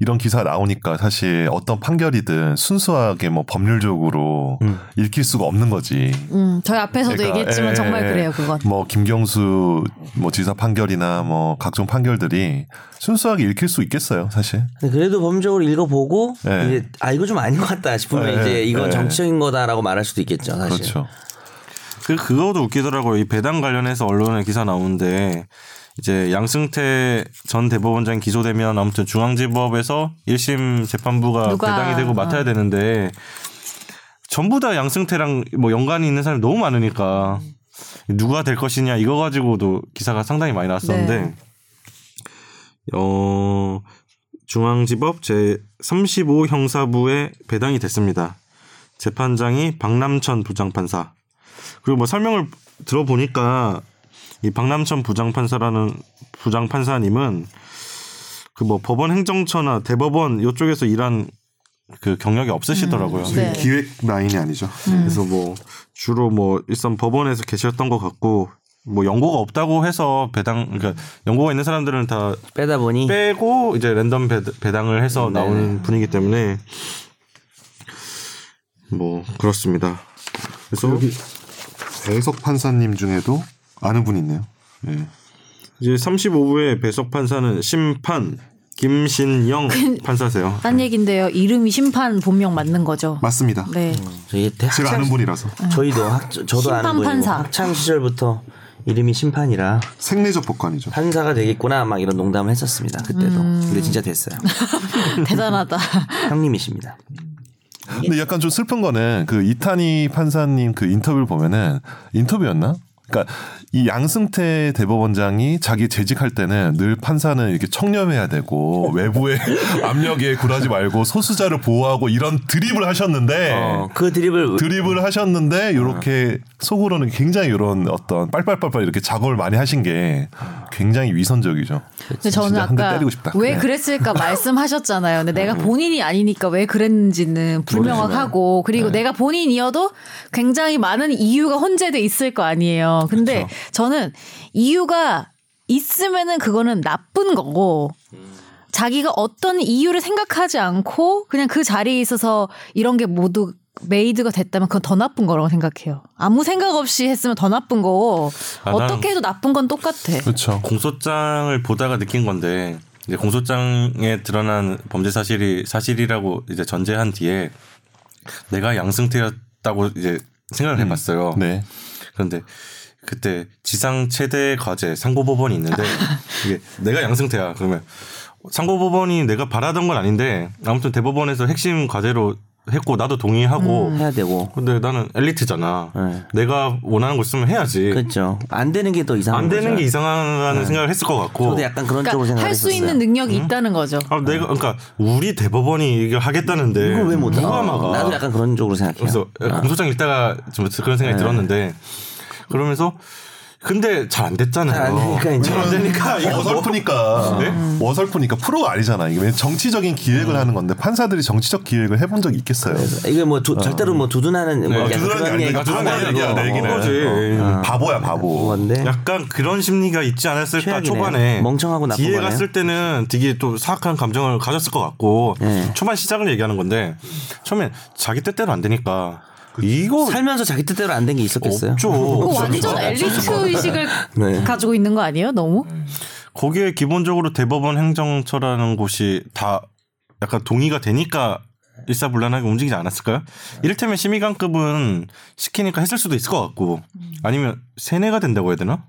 Speaker 4: 이런 기사 나오니까 사실 어떤 판결이든 순수하게 뭐 법률적으로
Speaker 1: 음.
Speaker 4: 읽힐 수가 없는 거지.
Speaker 3: 음, 저희 앞에서도
Speaker 4: 그러니까,
Speaker 3: 얘기했지만
Speaker 4: 예,
Speaker 3: 정말
Speaker 4: 예,
Speaker 3: 그래요, 그건.
Speaker 4: 뭐 김경수 뭐 지사 판결이나 뭐 각종 판결들이 순수하게 읽힐 수 있겠어요, 사실.
Speaker 2: 근데 그래도 범적으로 읽어보고
Speaker 4: 네.
Speaker 2: 이제 아 이거 좀 아닌 것 같다 싶으면
Speaker 4: 네,
Speaker 2: 이제
Speaker 4: 네,
Speaker 2: 이건
Speaker 4: 네.
Speaker 2: 정치적인 거다라고 말할 수도 있겠죠. 사실.
Speaker 4: 그렇죠.
Speaker 1: 그 그거도 웃기더라고요. 이 배당 관련해서 언론에 기사 나오는데 이제 양승태 전 대법원장 기소되면 아무튼 중앙지법에서 1심 재판부가
Speaker 3: 누가, 어.
Speaker 1: 배당이 되고 맡아야 되는데 전부 다 양승태랑 뭐 연관이 있는 사람이 너무 많으니까 누가 될 것이냐 이거 가지고도 기사가 상당히 많이 나왔었는데
Speaker 3: 네.
Speaker 1: 어 중앙지법 제 35 형사부에 배당이 됐습니다. 재판장이 박남천 부장판사 그리고 뭐 설명을 들어보니까 이 박남천 부장판사라는 부장판사님은 그 뭐 법원 행정처나 대법원 요쪽에서 일한 그 경력이 없으시더라고요.
Speaker 3: 음, 네.
Speaker 4: 기획 라인이 아니죠.
Speaker 1: 그래서 뭐 주로 뭐 일선 법원에서 계셨던 것 같고 뭐 연고가 없다고 해서 배당 그러니까 연고가 있는 사람들은 다
Speaker 2: 빼다 보니
Speaker 3: 음.
Speaker 1: 빼고 이제 랜덤 배- 배당을 해서
Speaker 3: 네.
Speaker 1: 나오는 분이기 때문에 뭐 그렇습니다. 그래서
Speaker 4: 배석 판사님 중에도 아는 분이 있네요.
Speaker 1: 이제 35부의 배석 판사는 심판 김신영 판사세요.
Speaker 3: 딴 얘긴데요. 이름이 심판 본명 맞는 거죠.
Speaker 4: 맞습니다.
Speaker 3: 네.
Speaker 2: 저희 대-
Speaker 4: 제가 아는 분이라서
Speaker 2: 저희도 학, 저도 아는 분이고
Speaker 3: 심판판사.
Speaker 2: 학창 시절부터 이름이 심판이라
Speaker 4: 생리적 복관이죠.
Speaker 2: 판사가 되겠구나 막 이런 농담을 했었습니다 그때도
Speaker 3: 음.
Speaker 2: 근데 진짜 됐어요
Speaker 3: 대단하다.
Speaker 2: 형님이십니다 예.
Speaker 4: 근데 약간 좀 슬픈 거는 그 이탄희 판사님 그 인터뷰를 보면은 인터뷰였나? 그러니까 이 양승태 대법원장이 자기 재직할 때는 늘 판사는 이렇게 청렴해야 되고 외부의 압력에 굴하지 말고 소수자를 보호하고 이런 드립을 하셨는데
Speaker 2: 어, 그 드립을
Speaker 4: 드립을 하셨는데 이렇게 속으로는 굉장히 이런 어떤 빨빨빨빨 이렇게 작업을 많이 하신 게 굉장히 위선적이죠.
Speaker 3: 근데 저는
Speaker 4: 진짜 한대
Speaker 3: 아까
Speaker 4: 때리고 싶다. 네.
Speaker 3: 왜 그랬을까 말씀하셨잖아요. 근데 내가 본인이 아니니까 왜 그랬는지는 불명확하고 그리고
Speaker 4: 네.
Speaker 3: 내가 본인이어도 굉장히 많은 이유가 혼재돼 있을 거 아니에요. 근데
Speaker 4: 그렇죠.
Speaker 3: 저는 이유가 있으면은 그거는 나쁜 거고 자기가 어떤 이유를 생각하지 않고 그냥 그 자리에 있어서 이런 게 모두 메이드가 됐다면 그건 더 나쁜 거라고 생각해요. 아무 생각 없이 했으면 더 나쁜 거고
Speaker 1: 아, 나는-
Speaker 3: 어떻게 해도 나쁜 건 똑같아.
Speaker 4: 그렇죠.
Speaker 1: 공소장을 보다가 느낀 건데 이제 공소장에 드러난 범죄 사실이 사실이라고 이제 전제한 뒤에 내가 양승태였다고 이제 생각을 해봤어요.
Speaker 4: 네.
Speaker 1: 그런데 그때 지상 최대 과제 상고법원이 있는데 이게 내가 양승태야 그러면 상고법원이 내가 바라던 건 아닌데 아무튼 대법원에서 핵심 과제로 했고 나도 동의하고
Speaker 2: 해야 되고
Speaker 1: 근데 나는 엘리트잖아
Speaker 2: 네.
Speaker 1: 내가 원하는 거 있으면 해야지
Speaker 2: 그렇죠 안 되는 게 더 이상한
Speaker 1: 네. 안 되는
Speaker 2: 거죠. 네.
Speaker 1: 게 이상하다는 생각을 했을 것 같고
Speaker 2: 저도 약간 그런 쪽으로
Speaker 3: 그러니까
Speaker 2: 생각했어요
Speaker 3: 할 수 있는 능력이 있다는 거죠.
Speaker 1: 아, 내가 그러니까 우리 대법원이 이걸
Speaker 3: 네.
Speaker 1: 하겠다는데
Speaker 2: 이걸 왜 못해 아.
Speaker 1: 누가 막아?
Speaker 2: 나도 약간 그런 쪽으로 생각해요 네.
Speaker 1: 그래서 공소장 읽다가 좀 그런 생각이 들었는데 그러면서 근데 잘 안 됐잖아요.
Speaker 2: 잘안 되니까 이제.
Speaker 1: 안 되니까 이거 뭐-
Speaker 4: 어설프니까
Speaker 1: 네?
Speaker 4: 어설프니까 프로가 아니잖아 이게 정치적인 기획을 하는 건데 판사들이 정치적 기획을 해본 적이 있겠어요
Speaker 2: 이게 뭐 두- 절대로 뭐 두둔하는 뭐 약간
Speaker 4: 아. 네, 두둔하는 게
Speaker 2: 그런
Speaker 4: 아니라
Speaker 2: 얘기가
Speaker 4: 두둔하는
Speaker 2: 아니고 뭐
Speaker 4: 얘기야, 내 얘기는.
Speaker 1: 거지.
Speaker 4: 바보야 바보
Speaker 2: 건데
Speaker 1: 약간 그런 심리가 있지 않았을까
Speaker 2: 최악이네요.
Speaker 1: 초반에
Speaker 2: 멍청하고 나쁜
Speaker 1: 뒤에
Speaker 2: 거네요.
Speaker 1: 갔을 때는 되게 또 사악한 감정을 가졌을 것 같고
Speaker 2: 네.
Speaker 1: 초반 시작을 얘기하는 건데 처음엔 자기 뜻대로 안 되니까 그 이거
Speaker 2: 살면서 자기 뜻대로 안 된 게 있었겠어요.
Speaker 1: 없죠.
Speaker 3: 그거
Speaker 1: 없어요.
Speaker 3: 완전 엘리트 의식을
Speaker 2: 네.
Speaker 3: 가지고 있는 거 아니에요? 너무?
Speaker 1: 거기에 기본적으로 대법원 행정처라는 곳이 다 약간 동의가 되니까 일사불란하게 움직이지 않았을까요? 이를테면 심의관급은 시키니까 했을 수도 있을 것 같고
Speaker 3: 음.
Speaker 1: 아니면 세뇌가 된다고 해야 되나?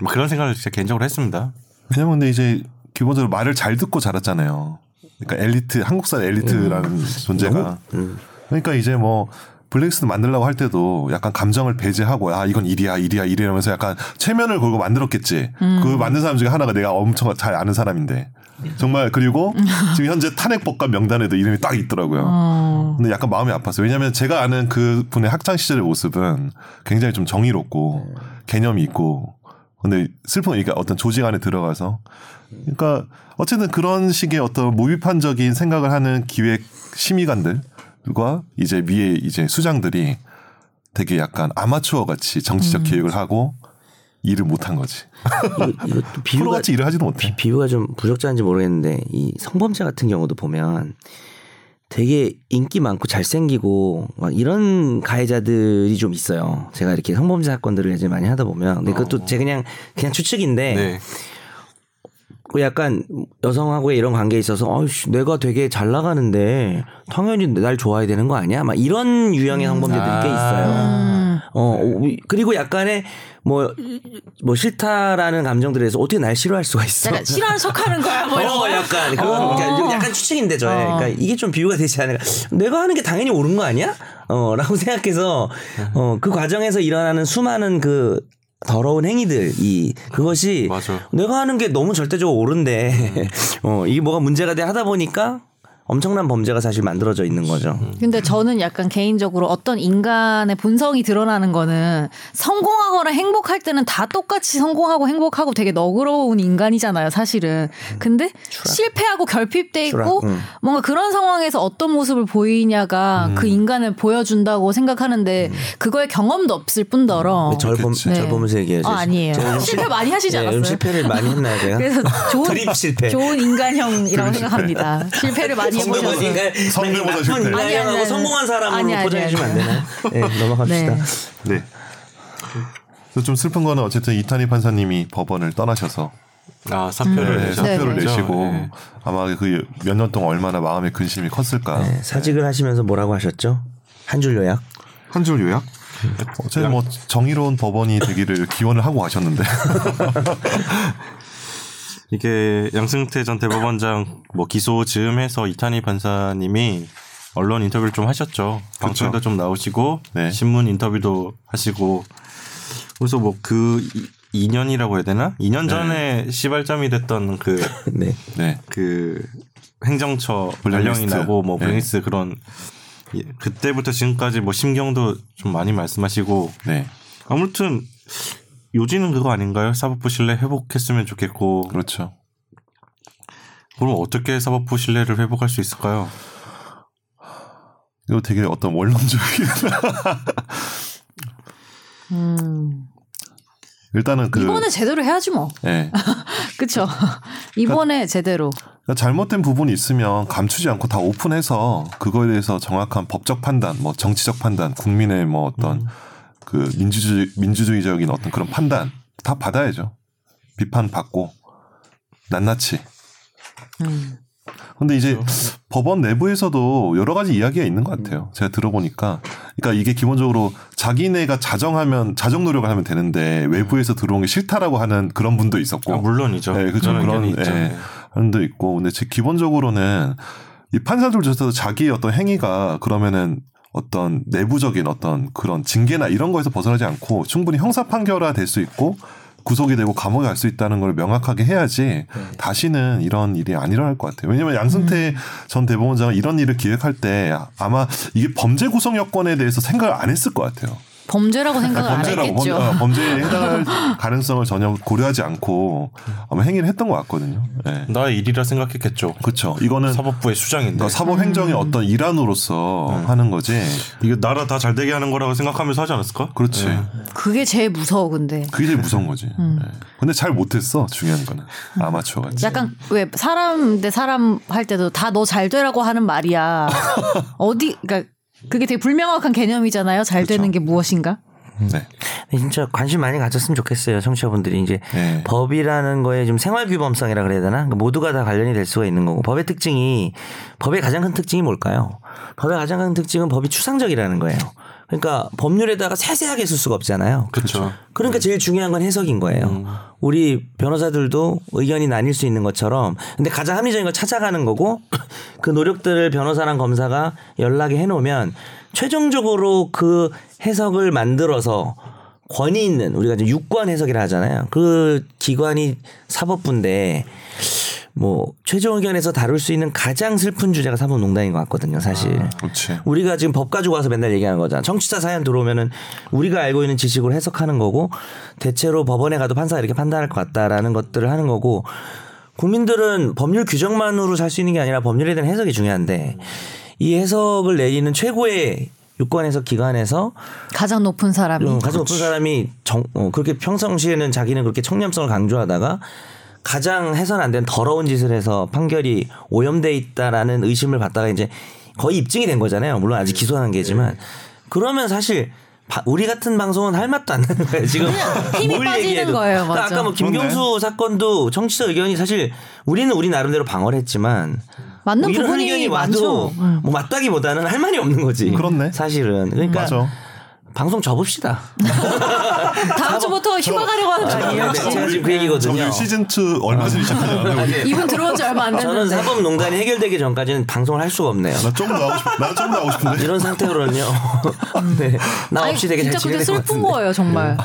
Speaker 1: 뭐 그런 생각을 진짜 개인적으로 했습니다.
Speaker 4: 왜냐면 근데 이제 기본적으로 말을 잘 듣고 자랐잖아요. 그러니까 엘리트 한국산 엘리트라는 존재가 그러니까 이제 뭐 블랙리스트 만들려고 할 때도 약간 감정을 배제하고 아 이건 일이야 일이야 이러면서 약간 체면을 걸고 만들었겠지. 그 만든 사람 중에 하나가 내가 엄청 잘 아는 사람인데 정말 그리고 지금 현재 탄핵법관 명단에도 이름이 딱 있더라고요.
Speaker 3: 어.
Speaker 4: 근데 약간 마음이 아팠어요. 왜냐하면 제가 아는 그 분의 학창 시절의 모습은 굉장히 좀 정의롭고
Speaker 2: 네.
Speaker 4: 개념이 있고 근데 슬픈 그러니까 어떤 조직 안에 들어가서 그러니까 어쨌든 그런 식의 어떤 무비판적인 생각을 하는 기획 심의관들과 이제 위에 이제 수장들이 되게 약간 아마추어 같이 정치적
Speaker 2: 음.
Speaker 4: 기획을 하고 일을 못한 거지.
Speaker 2: 이거- 이것도
Speaker 4: 프로
Speaker 2: 비유가
Speaker 4: 같이 일을 하지도 못해.
Speaker 2: 비- 비유가 좀 부적절한지 모르겠는데 이 성범죄 같은 경우도 보면 되게 인기 많고 잘생기고 막 이런 가해자들이 좀 있어요. 제가 이렇게 성범죄 사건들을 이제 많이 하다 보면 근데
Speaker 4: 어.
Speaker 2: 그것도 제 그냥 그냥 추측인데
Speaker 1: 네.
Speaker 2: 그 약간 여성하고의 이런 관계에 있어서 아이씨 내가 되게 잘 나가는데 당연히 날 좋아야 되는 거 아니야? 막 이런 유형의 성범죄들이 꽤 있어요. 어 오, 그리고 약간의 뭐 뭐 싫다라는 감정들에 서 어떻게 날 싫어할 수가 있어?
Speaker 3: 약간 싫어하는 척하는 거야 뭐 이런 어.
Speaker 2: 어,
Speaker 3: 거.
Speaker 2: 약간 그건 그러니까 좀 약간 추측인데 저의 그러니까 이게 좀 비유가 되지 않을까 내가 하는 게 당연히 옳은 거 아니야? 어라고 생각해서 어그 과정에서 일어나는 수많은 그 더러운 행위들 이 그것이
Speaker 1: 맞아. 음.
Speaker 2: 내가 하는 게 너무 절대적으로 옳은데 어 이게 뭐가 문제가 돼 하다 보니까 엄청난 범죄가 사실 만들어져 있는 거죠.
Speaker 1: 음.
Speaker 3: 근데 저는 약간 개인적으로 어떤 인간의 본성이 드러나는 거는 성공하거나 행복할 때는 다 똑같이 성공하고 행복하고 되게 너그러운 인간이잖아요, 사실은. 근데 실패하고 결핍돼 있고
Speaker 2: 음. 추락, 음.
Speaker 3: 뭔가 그런 상황에서 어떤 모습을 보이냐가 그 인간을 보여준다고 생각하는데
Speaker 2: 음.
Speaker 3: 그거에 경험도 없을 뿐더러
Speaker 2: 절, 범,
Speaker 4: 그치.
Speaker 2: 절
Speaker 3: 네.
Speaker 2: 보면서 얘기해야죠.
Speaker 3: 어, 아니에요. 실패 많이 하시지
Speaker 2: 네,
Speaker 3: 않았어요?
Speaker 2: 실패를 많이 했나요, 제가?
Speaker 3: 그래서 좋은
Speaker 2: 그러니까. 드립 실패.
Speaker 3: 좋은 인간형이라고 생각합니다. 실패를
Speaker 2: 네.
Speaker 3: 많이 해보셨어요.
Speaker 4: 성대모사 실패.
Speaker 2: 나쁜
Speaker 3: 아니, 아니,
Speaker 2: 인간하고
Speaker 3: 아니.
Speaker 2: 성공한 사람으로
Speaker 3: 아니, 아니,
Speaker 2: 포장해 주면 안
Speaker 3: 아니.
Speaker 2: 되나요? 네, 넘어갑시다.
Speaker 3: 네.
Speaker 4: 네. 그래서 좀 슬픈 거는 어쨌든 이탄희 판사님이 법원을 떠나셔서
Speaker 1: 아
Speaker 3: 음.
Speaker 1: 사표를
Speaker 4: 네,
Speaker 1: 내셨죠.
Speaker 4: 사표를
Speaker 1: 그렇죠.
Speaker 4: 내시고
Speaker 1: 네.
Speaker 4: 아마 그 몇 년 동안 얼마나 마음의 근심이 컸을까.
Speaker 2: 네, 사직을 하시면서 뭐라고 하셨죠? 한 줄 요약.
Speaker 4: 한 줄 요약. 어쨌든 뭐 정의로운 법원이 되기를 기원을 하고 가셨는데
Speaker 1: 이게 양승태 전 대법원장 뭐 기소 즈음해서 이탄희 판사님이 언론 인터뷰를 좀 하셨죠. 방송에도 좀 나오시고
Speaker 4: 네.
Speaker 1: 신문 인터뷰도 하시고 그래서 뭐 그 2년이라고 해야 되나? 2년 전에 시발점이 됐던 그 그
Speaker 2: 네.
Speaker 4: 네.
Speaker 1: 행정처
Speaker 4: 블랙리스트.
Speaker 1: 발령이 나고 뭐
Speaker 4: 네.
Speaker 1: 블랙리스트 그런 예, 그때부터 지금까지 뭐 심경도 좀 많이 말씀하시고
Speaker 4: 네.
Speaker 1: 아무튼 요지는 그거 아닌가요? 사법부 신뢰 회복했으면 좋겠고
Speaker 4: 그렇죠.
Speaker 1: 그럼 어떻게 사법부 신뢰를 회복할 수 있을까요?
Speaker 4: 이거 되게 어떤 원론적인
Speaker 3: 음.
Speaker 4: 일단은 그
Speaker 3: 이번에 제대로 해야지 뭐.
Speaker 4: 네.
Speaker 3: 그쵸. 이번에 제대로.
Speaker 4: 그러니까 잘못된 부분이 있으면 감추지 않고 다 오픈해서 그거에 대해서 정확한 법적 판단, 뭐 정치적 판단, 국민의 뭐 어떤 그 민주주의 민주주의적인 어떤 그런 판단 다 받아야죠. 비판 받고 낱낱이.
Speaker 3: 음.
Speaker 4: 근데 이제 법원 내부에서도 여러 가지 이야기가 있는 것 같아요. 제가 들어보니까. 그러니까 이게 기본적으로 자기네가 자정하면, 자정 노력을 하면 되는데 외부에서 들어온 게 싫다라고 하는 그런 분도 있었고.
Speaker 1: 아, 물론이죠.
Speaker 4: 네, 그죠. 그런,
Speaker 1: 의견이
Speaker 4: 예, 하는 도 있고. 근데 제 기본적으로는 이 판사들조차도 자기의 어떤 행위가 그러면은 어떤 내부적인 어떤 그런 징계나 이런 거에서 벗어나지 않고 충분히 형사 판결화 될 수 있고 구속이 되고 감옥에 갈 수 있다는 걸 명확하게
Speaker 1: 네.
Speaker 4: 해야지 다시는 이런 일이 안 일어날 것 같아요. 왜냐면 양승태
Speaker 1: 음.
Speaker 4: 전 대법원장은 이런 일을 기획할 때 아마 이게 범죄 구성 여건에 대해서 생각을 안 했을 것 같아요.
Speaker 3: 범죄라고 생각을 안
Speaker 4: 범죄라고 범,
Speaker 3: 했겠죠.
Speaker 4: 어, 범죄에 해당할 가능성을 전혀 고려하지 않고 아마 행위를 했던 것 같거든요. 예.
Speaker 1: 나의 일이라 생각했겠죠.
Speaker 4: 그렇죠. 이거는
Speaker 1: 사법부의 네. 수장인데
Speaker 4: 그러니까 사법
Speaker 3: 음.
Speaker 4: 행정의 어떤 일환으로서 하는 거지.
Speaker 1: 이거 나라 다 잘 되게 하는 거라고 생각하면서 하지 않았을까?
Speaker 4: 그렇지.
Speaker 3: 그게 제일 무서워 근데.
Speaker 4: 그게 제일 무서운 거지. 예. 근데 잘 못했어. 중요한 거는 아마추어 같이.
Speaker 3: 음. 약간 왜 사람 대 사람 할 때도 다 너 잘 되라고 하는 말이야. 어디 그러니까 그게 되게 불명확한 개념이잖아요. 잘 되는 게 무엇인가?
Speaker 4: 네.
Speaker 2: 네, 진짜 관심 많이 가졌으면 좋겠어요. 청취자분들이 이제
Speaker 4: 네.
Speaker 2: 법이라는 거에 좀 생활규범성이라 그래야 되나? 그러니까 모두가 다 관련이 될 수가 있는 거고 법의 특징이 법의 가장 큰 특징이 뭘까요? 법의 가장 큰 특징은 법이 추상적이라는 거예요. 그러니까 법률에다가 세세하게 쓸 수가 없잖아요.
Speaker 1: 그렇죠.
Speaker 2: 그러니까 제일 중요한 건 해석인 거예요. 우리 변호사들도 의견이 나뉠 수 있는 것처럼 근데 가장 합리적인 걸 찾아가는 거고 그 노력들을 변호사랑 검사가 연락이 해놓으면 최종적으로 그 해석을 만들어서 권위 있는 우리가 지금 유권 해석이라 하잖아요. 그 기관이 사법부인데 뭐 최종 의견에서 다룰 수 있는 가장 슬픈 주제가 사법농단인 것 같거든요, 사실.
Speaker 4: 아, 그렇지.
Speaker 2: 우리가 지금 법 가지고 와서 맨날 얘기하는 거잖아. 청취자 사연 들어오면은 우리가 알고 있는 지식으로 해석하는 거고 대체로 법원에 가도 판사가 이렇게 판단할 것 같다라는 것들을 하는 거고 국민들은 법률 규정만으로 살 수 있는 게 아니라 법률에 대한 해석이 중요한데 이 해석을 내리는 최고의 유권 해석 기관에서
Speaker 3: 가장 높은 사람이.
Speaker 2: 음, 가장 높은 사람이 정, 어, 그렇게 평상시에는 자기는 그렇게 청렴성을 강조하다가 가장 해선 안 된 더러운 짓을 해서 판결이 오염돼 있다라는 의심을 받다가 이제 거의 입증이 된 거잖아요. 물론
Speaker 4: 네.
Speaker 2: 아직 기소 단계지만 그러면 사실 바- 우리 같은 방송은 할 맛도 안 나는 거예요. 지금
Speaker 3: 힘이
Speaker 2: 뭘
Speaker 3: 빠지는
Speaker 2: 얘기해도.
Speaker 3: 거예요,
Speaker 2: 그러니까
Speaker 3: 맞아.
Speaker 2: 아까 뭐 김경수 사건도 청취자 의견이 사실 우리는 우리 나름대로 방어를 했지만
Speaker 3: 맞는
Speaker 2: 뭐 이런
Speaker 3: 부분이
Speaker 2: 의견이 와도
Speaker 3: 많죠. 음.
Speaker 2: 뭐 맞다기보다는 할 말이 없는 거지.
Speaker 4: 그렇네.
Speaker 2: 사실은 그러니까
Speaker 4: 맞아.
Speaker 2: 방송 접읍시다.
Speaker 3: 아, 다음 주부터 휴가 가려고 하는 거 아니에요?
Speaker 2: 네, 제가 지금 그 얘기거든요.
Speaker 4: 점점 시즌 2 얼마 전에 시작하잖아요. 우리.
Speaker 3: 이분 들어온 지 얼마 안
Speaker 2: 저는
Speaker 3: 됐는데.
Speaker 2: 사법농단이 해결되기 전까지는 방송을 할 수가 없네요.
Speaker 4: 나좀더 하고 싶. 나좀더 하고 싶은데.
Speaker 2: 이런 상태로는요. 네. 나
Speaker 3: 아니,
Speaker 2: 없이 되게 잘
Speaker 3: 진짜
Speaker 2: 지내야
Speaker 3: 그게
Speaker 2: 될것
Speaker 3: 슬픈
Speaker 2: 같은데.
Speaker 3: 거예요, 정말.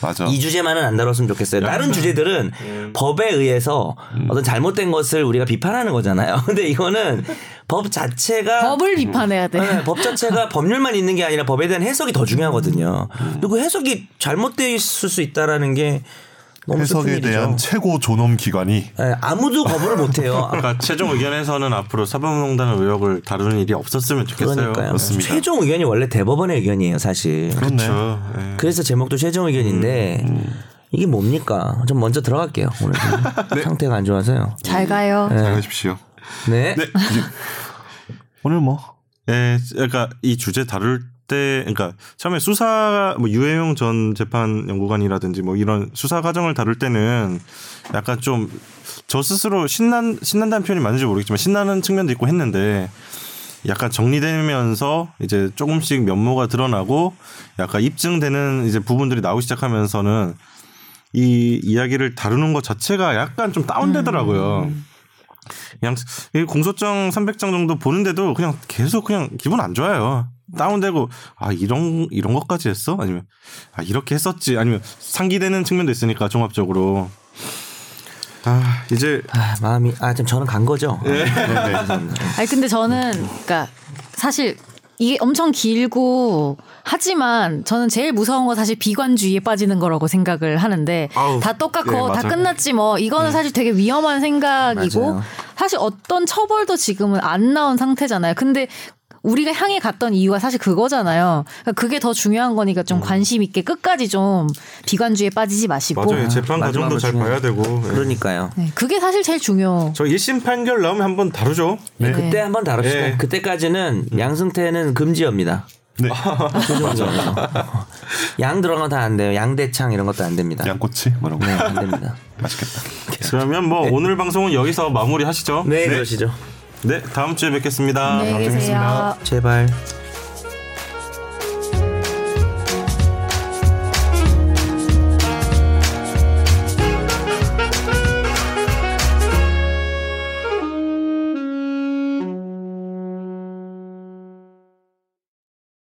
Speaker 4: 맞아.
Speaker 2: 이 주제만은 안 다뤘으면 좋겠어요.
Speaker 4: 음.
Speaker 2: 다른 주제들은
Speaker 3: 음.
Speaker 2: 법에 의해서 어떤 잘못된 것을 우리가 비판하는 거잖아요. 근데 이거는 법 자체가
Speaker 3: 법을 비판해야 돼.
Speaker 2: 네, 법 자체가 법률만 있는 게 아니라 법에 대한 해석이 더 중요하거든요.
Speaker 3: 음.
Speaker 2: 그리고 해석이 잘못되어 있을 수 있다라는 게 너무 슬픈
Speaker 4: 해석에
Speaker 2: 일이죠.
Speaker 4: 대한 최고 존엄 기관이
Speaker 2: 네, 아무도 거부를 못해요.
Speaker 1: 그러니까 최종 의견에서는 앞으로 사법농단 의혹을 다루는 일이 없었으면 좋겠어요.
Speaker 2: 그러니까요.
Speaker 4: 그렇습니다.
Speaker 2: 최종 의견이 원래 대법원의 의견이에요, 사실.
Speaker 4: 그렇네. 음,
Speaker 1: 그렇죠. 예.
Speaker 2: 그래서 제목도 최종 의견인데 이게 뭡니까? 좀 먼저 들어갈게요. 오늘
Speaker 4: 네.
Speaker 2: 좀 상태가 안 좋아서요.
Speaker 3: 잘 가요.
Speaker 4: 잘하십시오.
Speaker 2: 네.
Speaker 4: 네. 이제 오늘 뭐
Speaker 1: 예, 그러니까 이 주제 다룰 때, 그러니까 처음에 수사, 뭐 유해용 전 재판 연구관이라든지 뭐 이런 수사 과정을 다룰 때는 약간 좀 저 스스로 신난 신난다는 표현이 맞는지 모르겠지만 신나는 측면도 있고 했는데 약간 정리되면서 이제 조금씩 면모가 드러나고 약간 입증되는 이제 부분들이 나오기 시작하면서는 이 이야기를 다루는 것 자체가 약간 좀 다운되더라고요. 그냥 이 공소장 300장 정도 보는데도 그냥 계속 그냥 기분 안 좋아요. 다운되고 아 이런 이런 것까지 했어? 아니면 아 이렇게 했었지? 아니면 상기되는 측면도 있으니까 종합적으로 아 이제
Speaker 2: 아, 마음이 아 지금 저는 간 거죠.
Speaker 4: 네.
Speaker 2: 아,
Speaker 3: 아니 근데 저는 그러니까 사실 이게 엄청 길고 하지만 저는 제일 무서운 건 사실 비관주의에 빠지는 거라고 생각을 하는데
Speaker 1: 아우,
Speaker 3: 다 똑같고
Speaker 1: 네,
Speaker 3: 다
Speaker 1: 맞아요.
Speaker 3: 끝났지 뭐 이거는 사실 되게 위험한 생각이고
Speaker 2: 네. 맞아요.
Speaker 3: 사실 어떤 처벌도 지금은 안 나온 상태잖아요. 근데 우리가 향해 갔던 이유가 사실 그거잖아요. 그러니까 그게 더 중요한 거니까
Speaker 2: 음.
Speaker 3: 좀 관심 있게 끝까지 좀 비관주의에 빠지지 마시고
Speaker 1: 맞아요 재판
Speaker 2: 뭐, 마지막으로
Speaker 1: 과정도 잘
Speaker 2: 중요하죠.
Speaker 1: 봐야 되고 예.
Speaker 2: 그러니까요.
Speaker 3: 네, 그게 사실 제일 중요.
Speaker 1: 저 1심 판결 나오면 한번 다루죠.
Speaker 2: 네, 그때 한번 다룹시다.
Speaker 1: 네.
Speaker 2: 그때까지는 양승태는 금지입니다.
Speaker 4: 음.
Speaker 2: 아,
Speaker 4: 네.
Speaker 2: 양 들어가면 다 안 돼요. 양대창 이런 것도 안 됩니다.
Speaker 4: 양꼬치 뭐라고.
Speaker 2: 네, 안 됩니다.
Speaker 4: 맛있겠다.
Speaker 1: 그러면 뭐 오늘 방송은 여기서 마무리하시죠.
Speaker 2: 네, 예. 그러시죠.
Speaker 1: 네, 다음 주에 뵙겠습니다.
Speaker 3: 안녕히 계세요.
Speaker 2: 제발.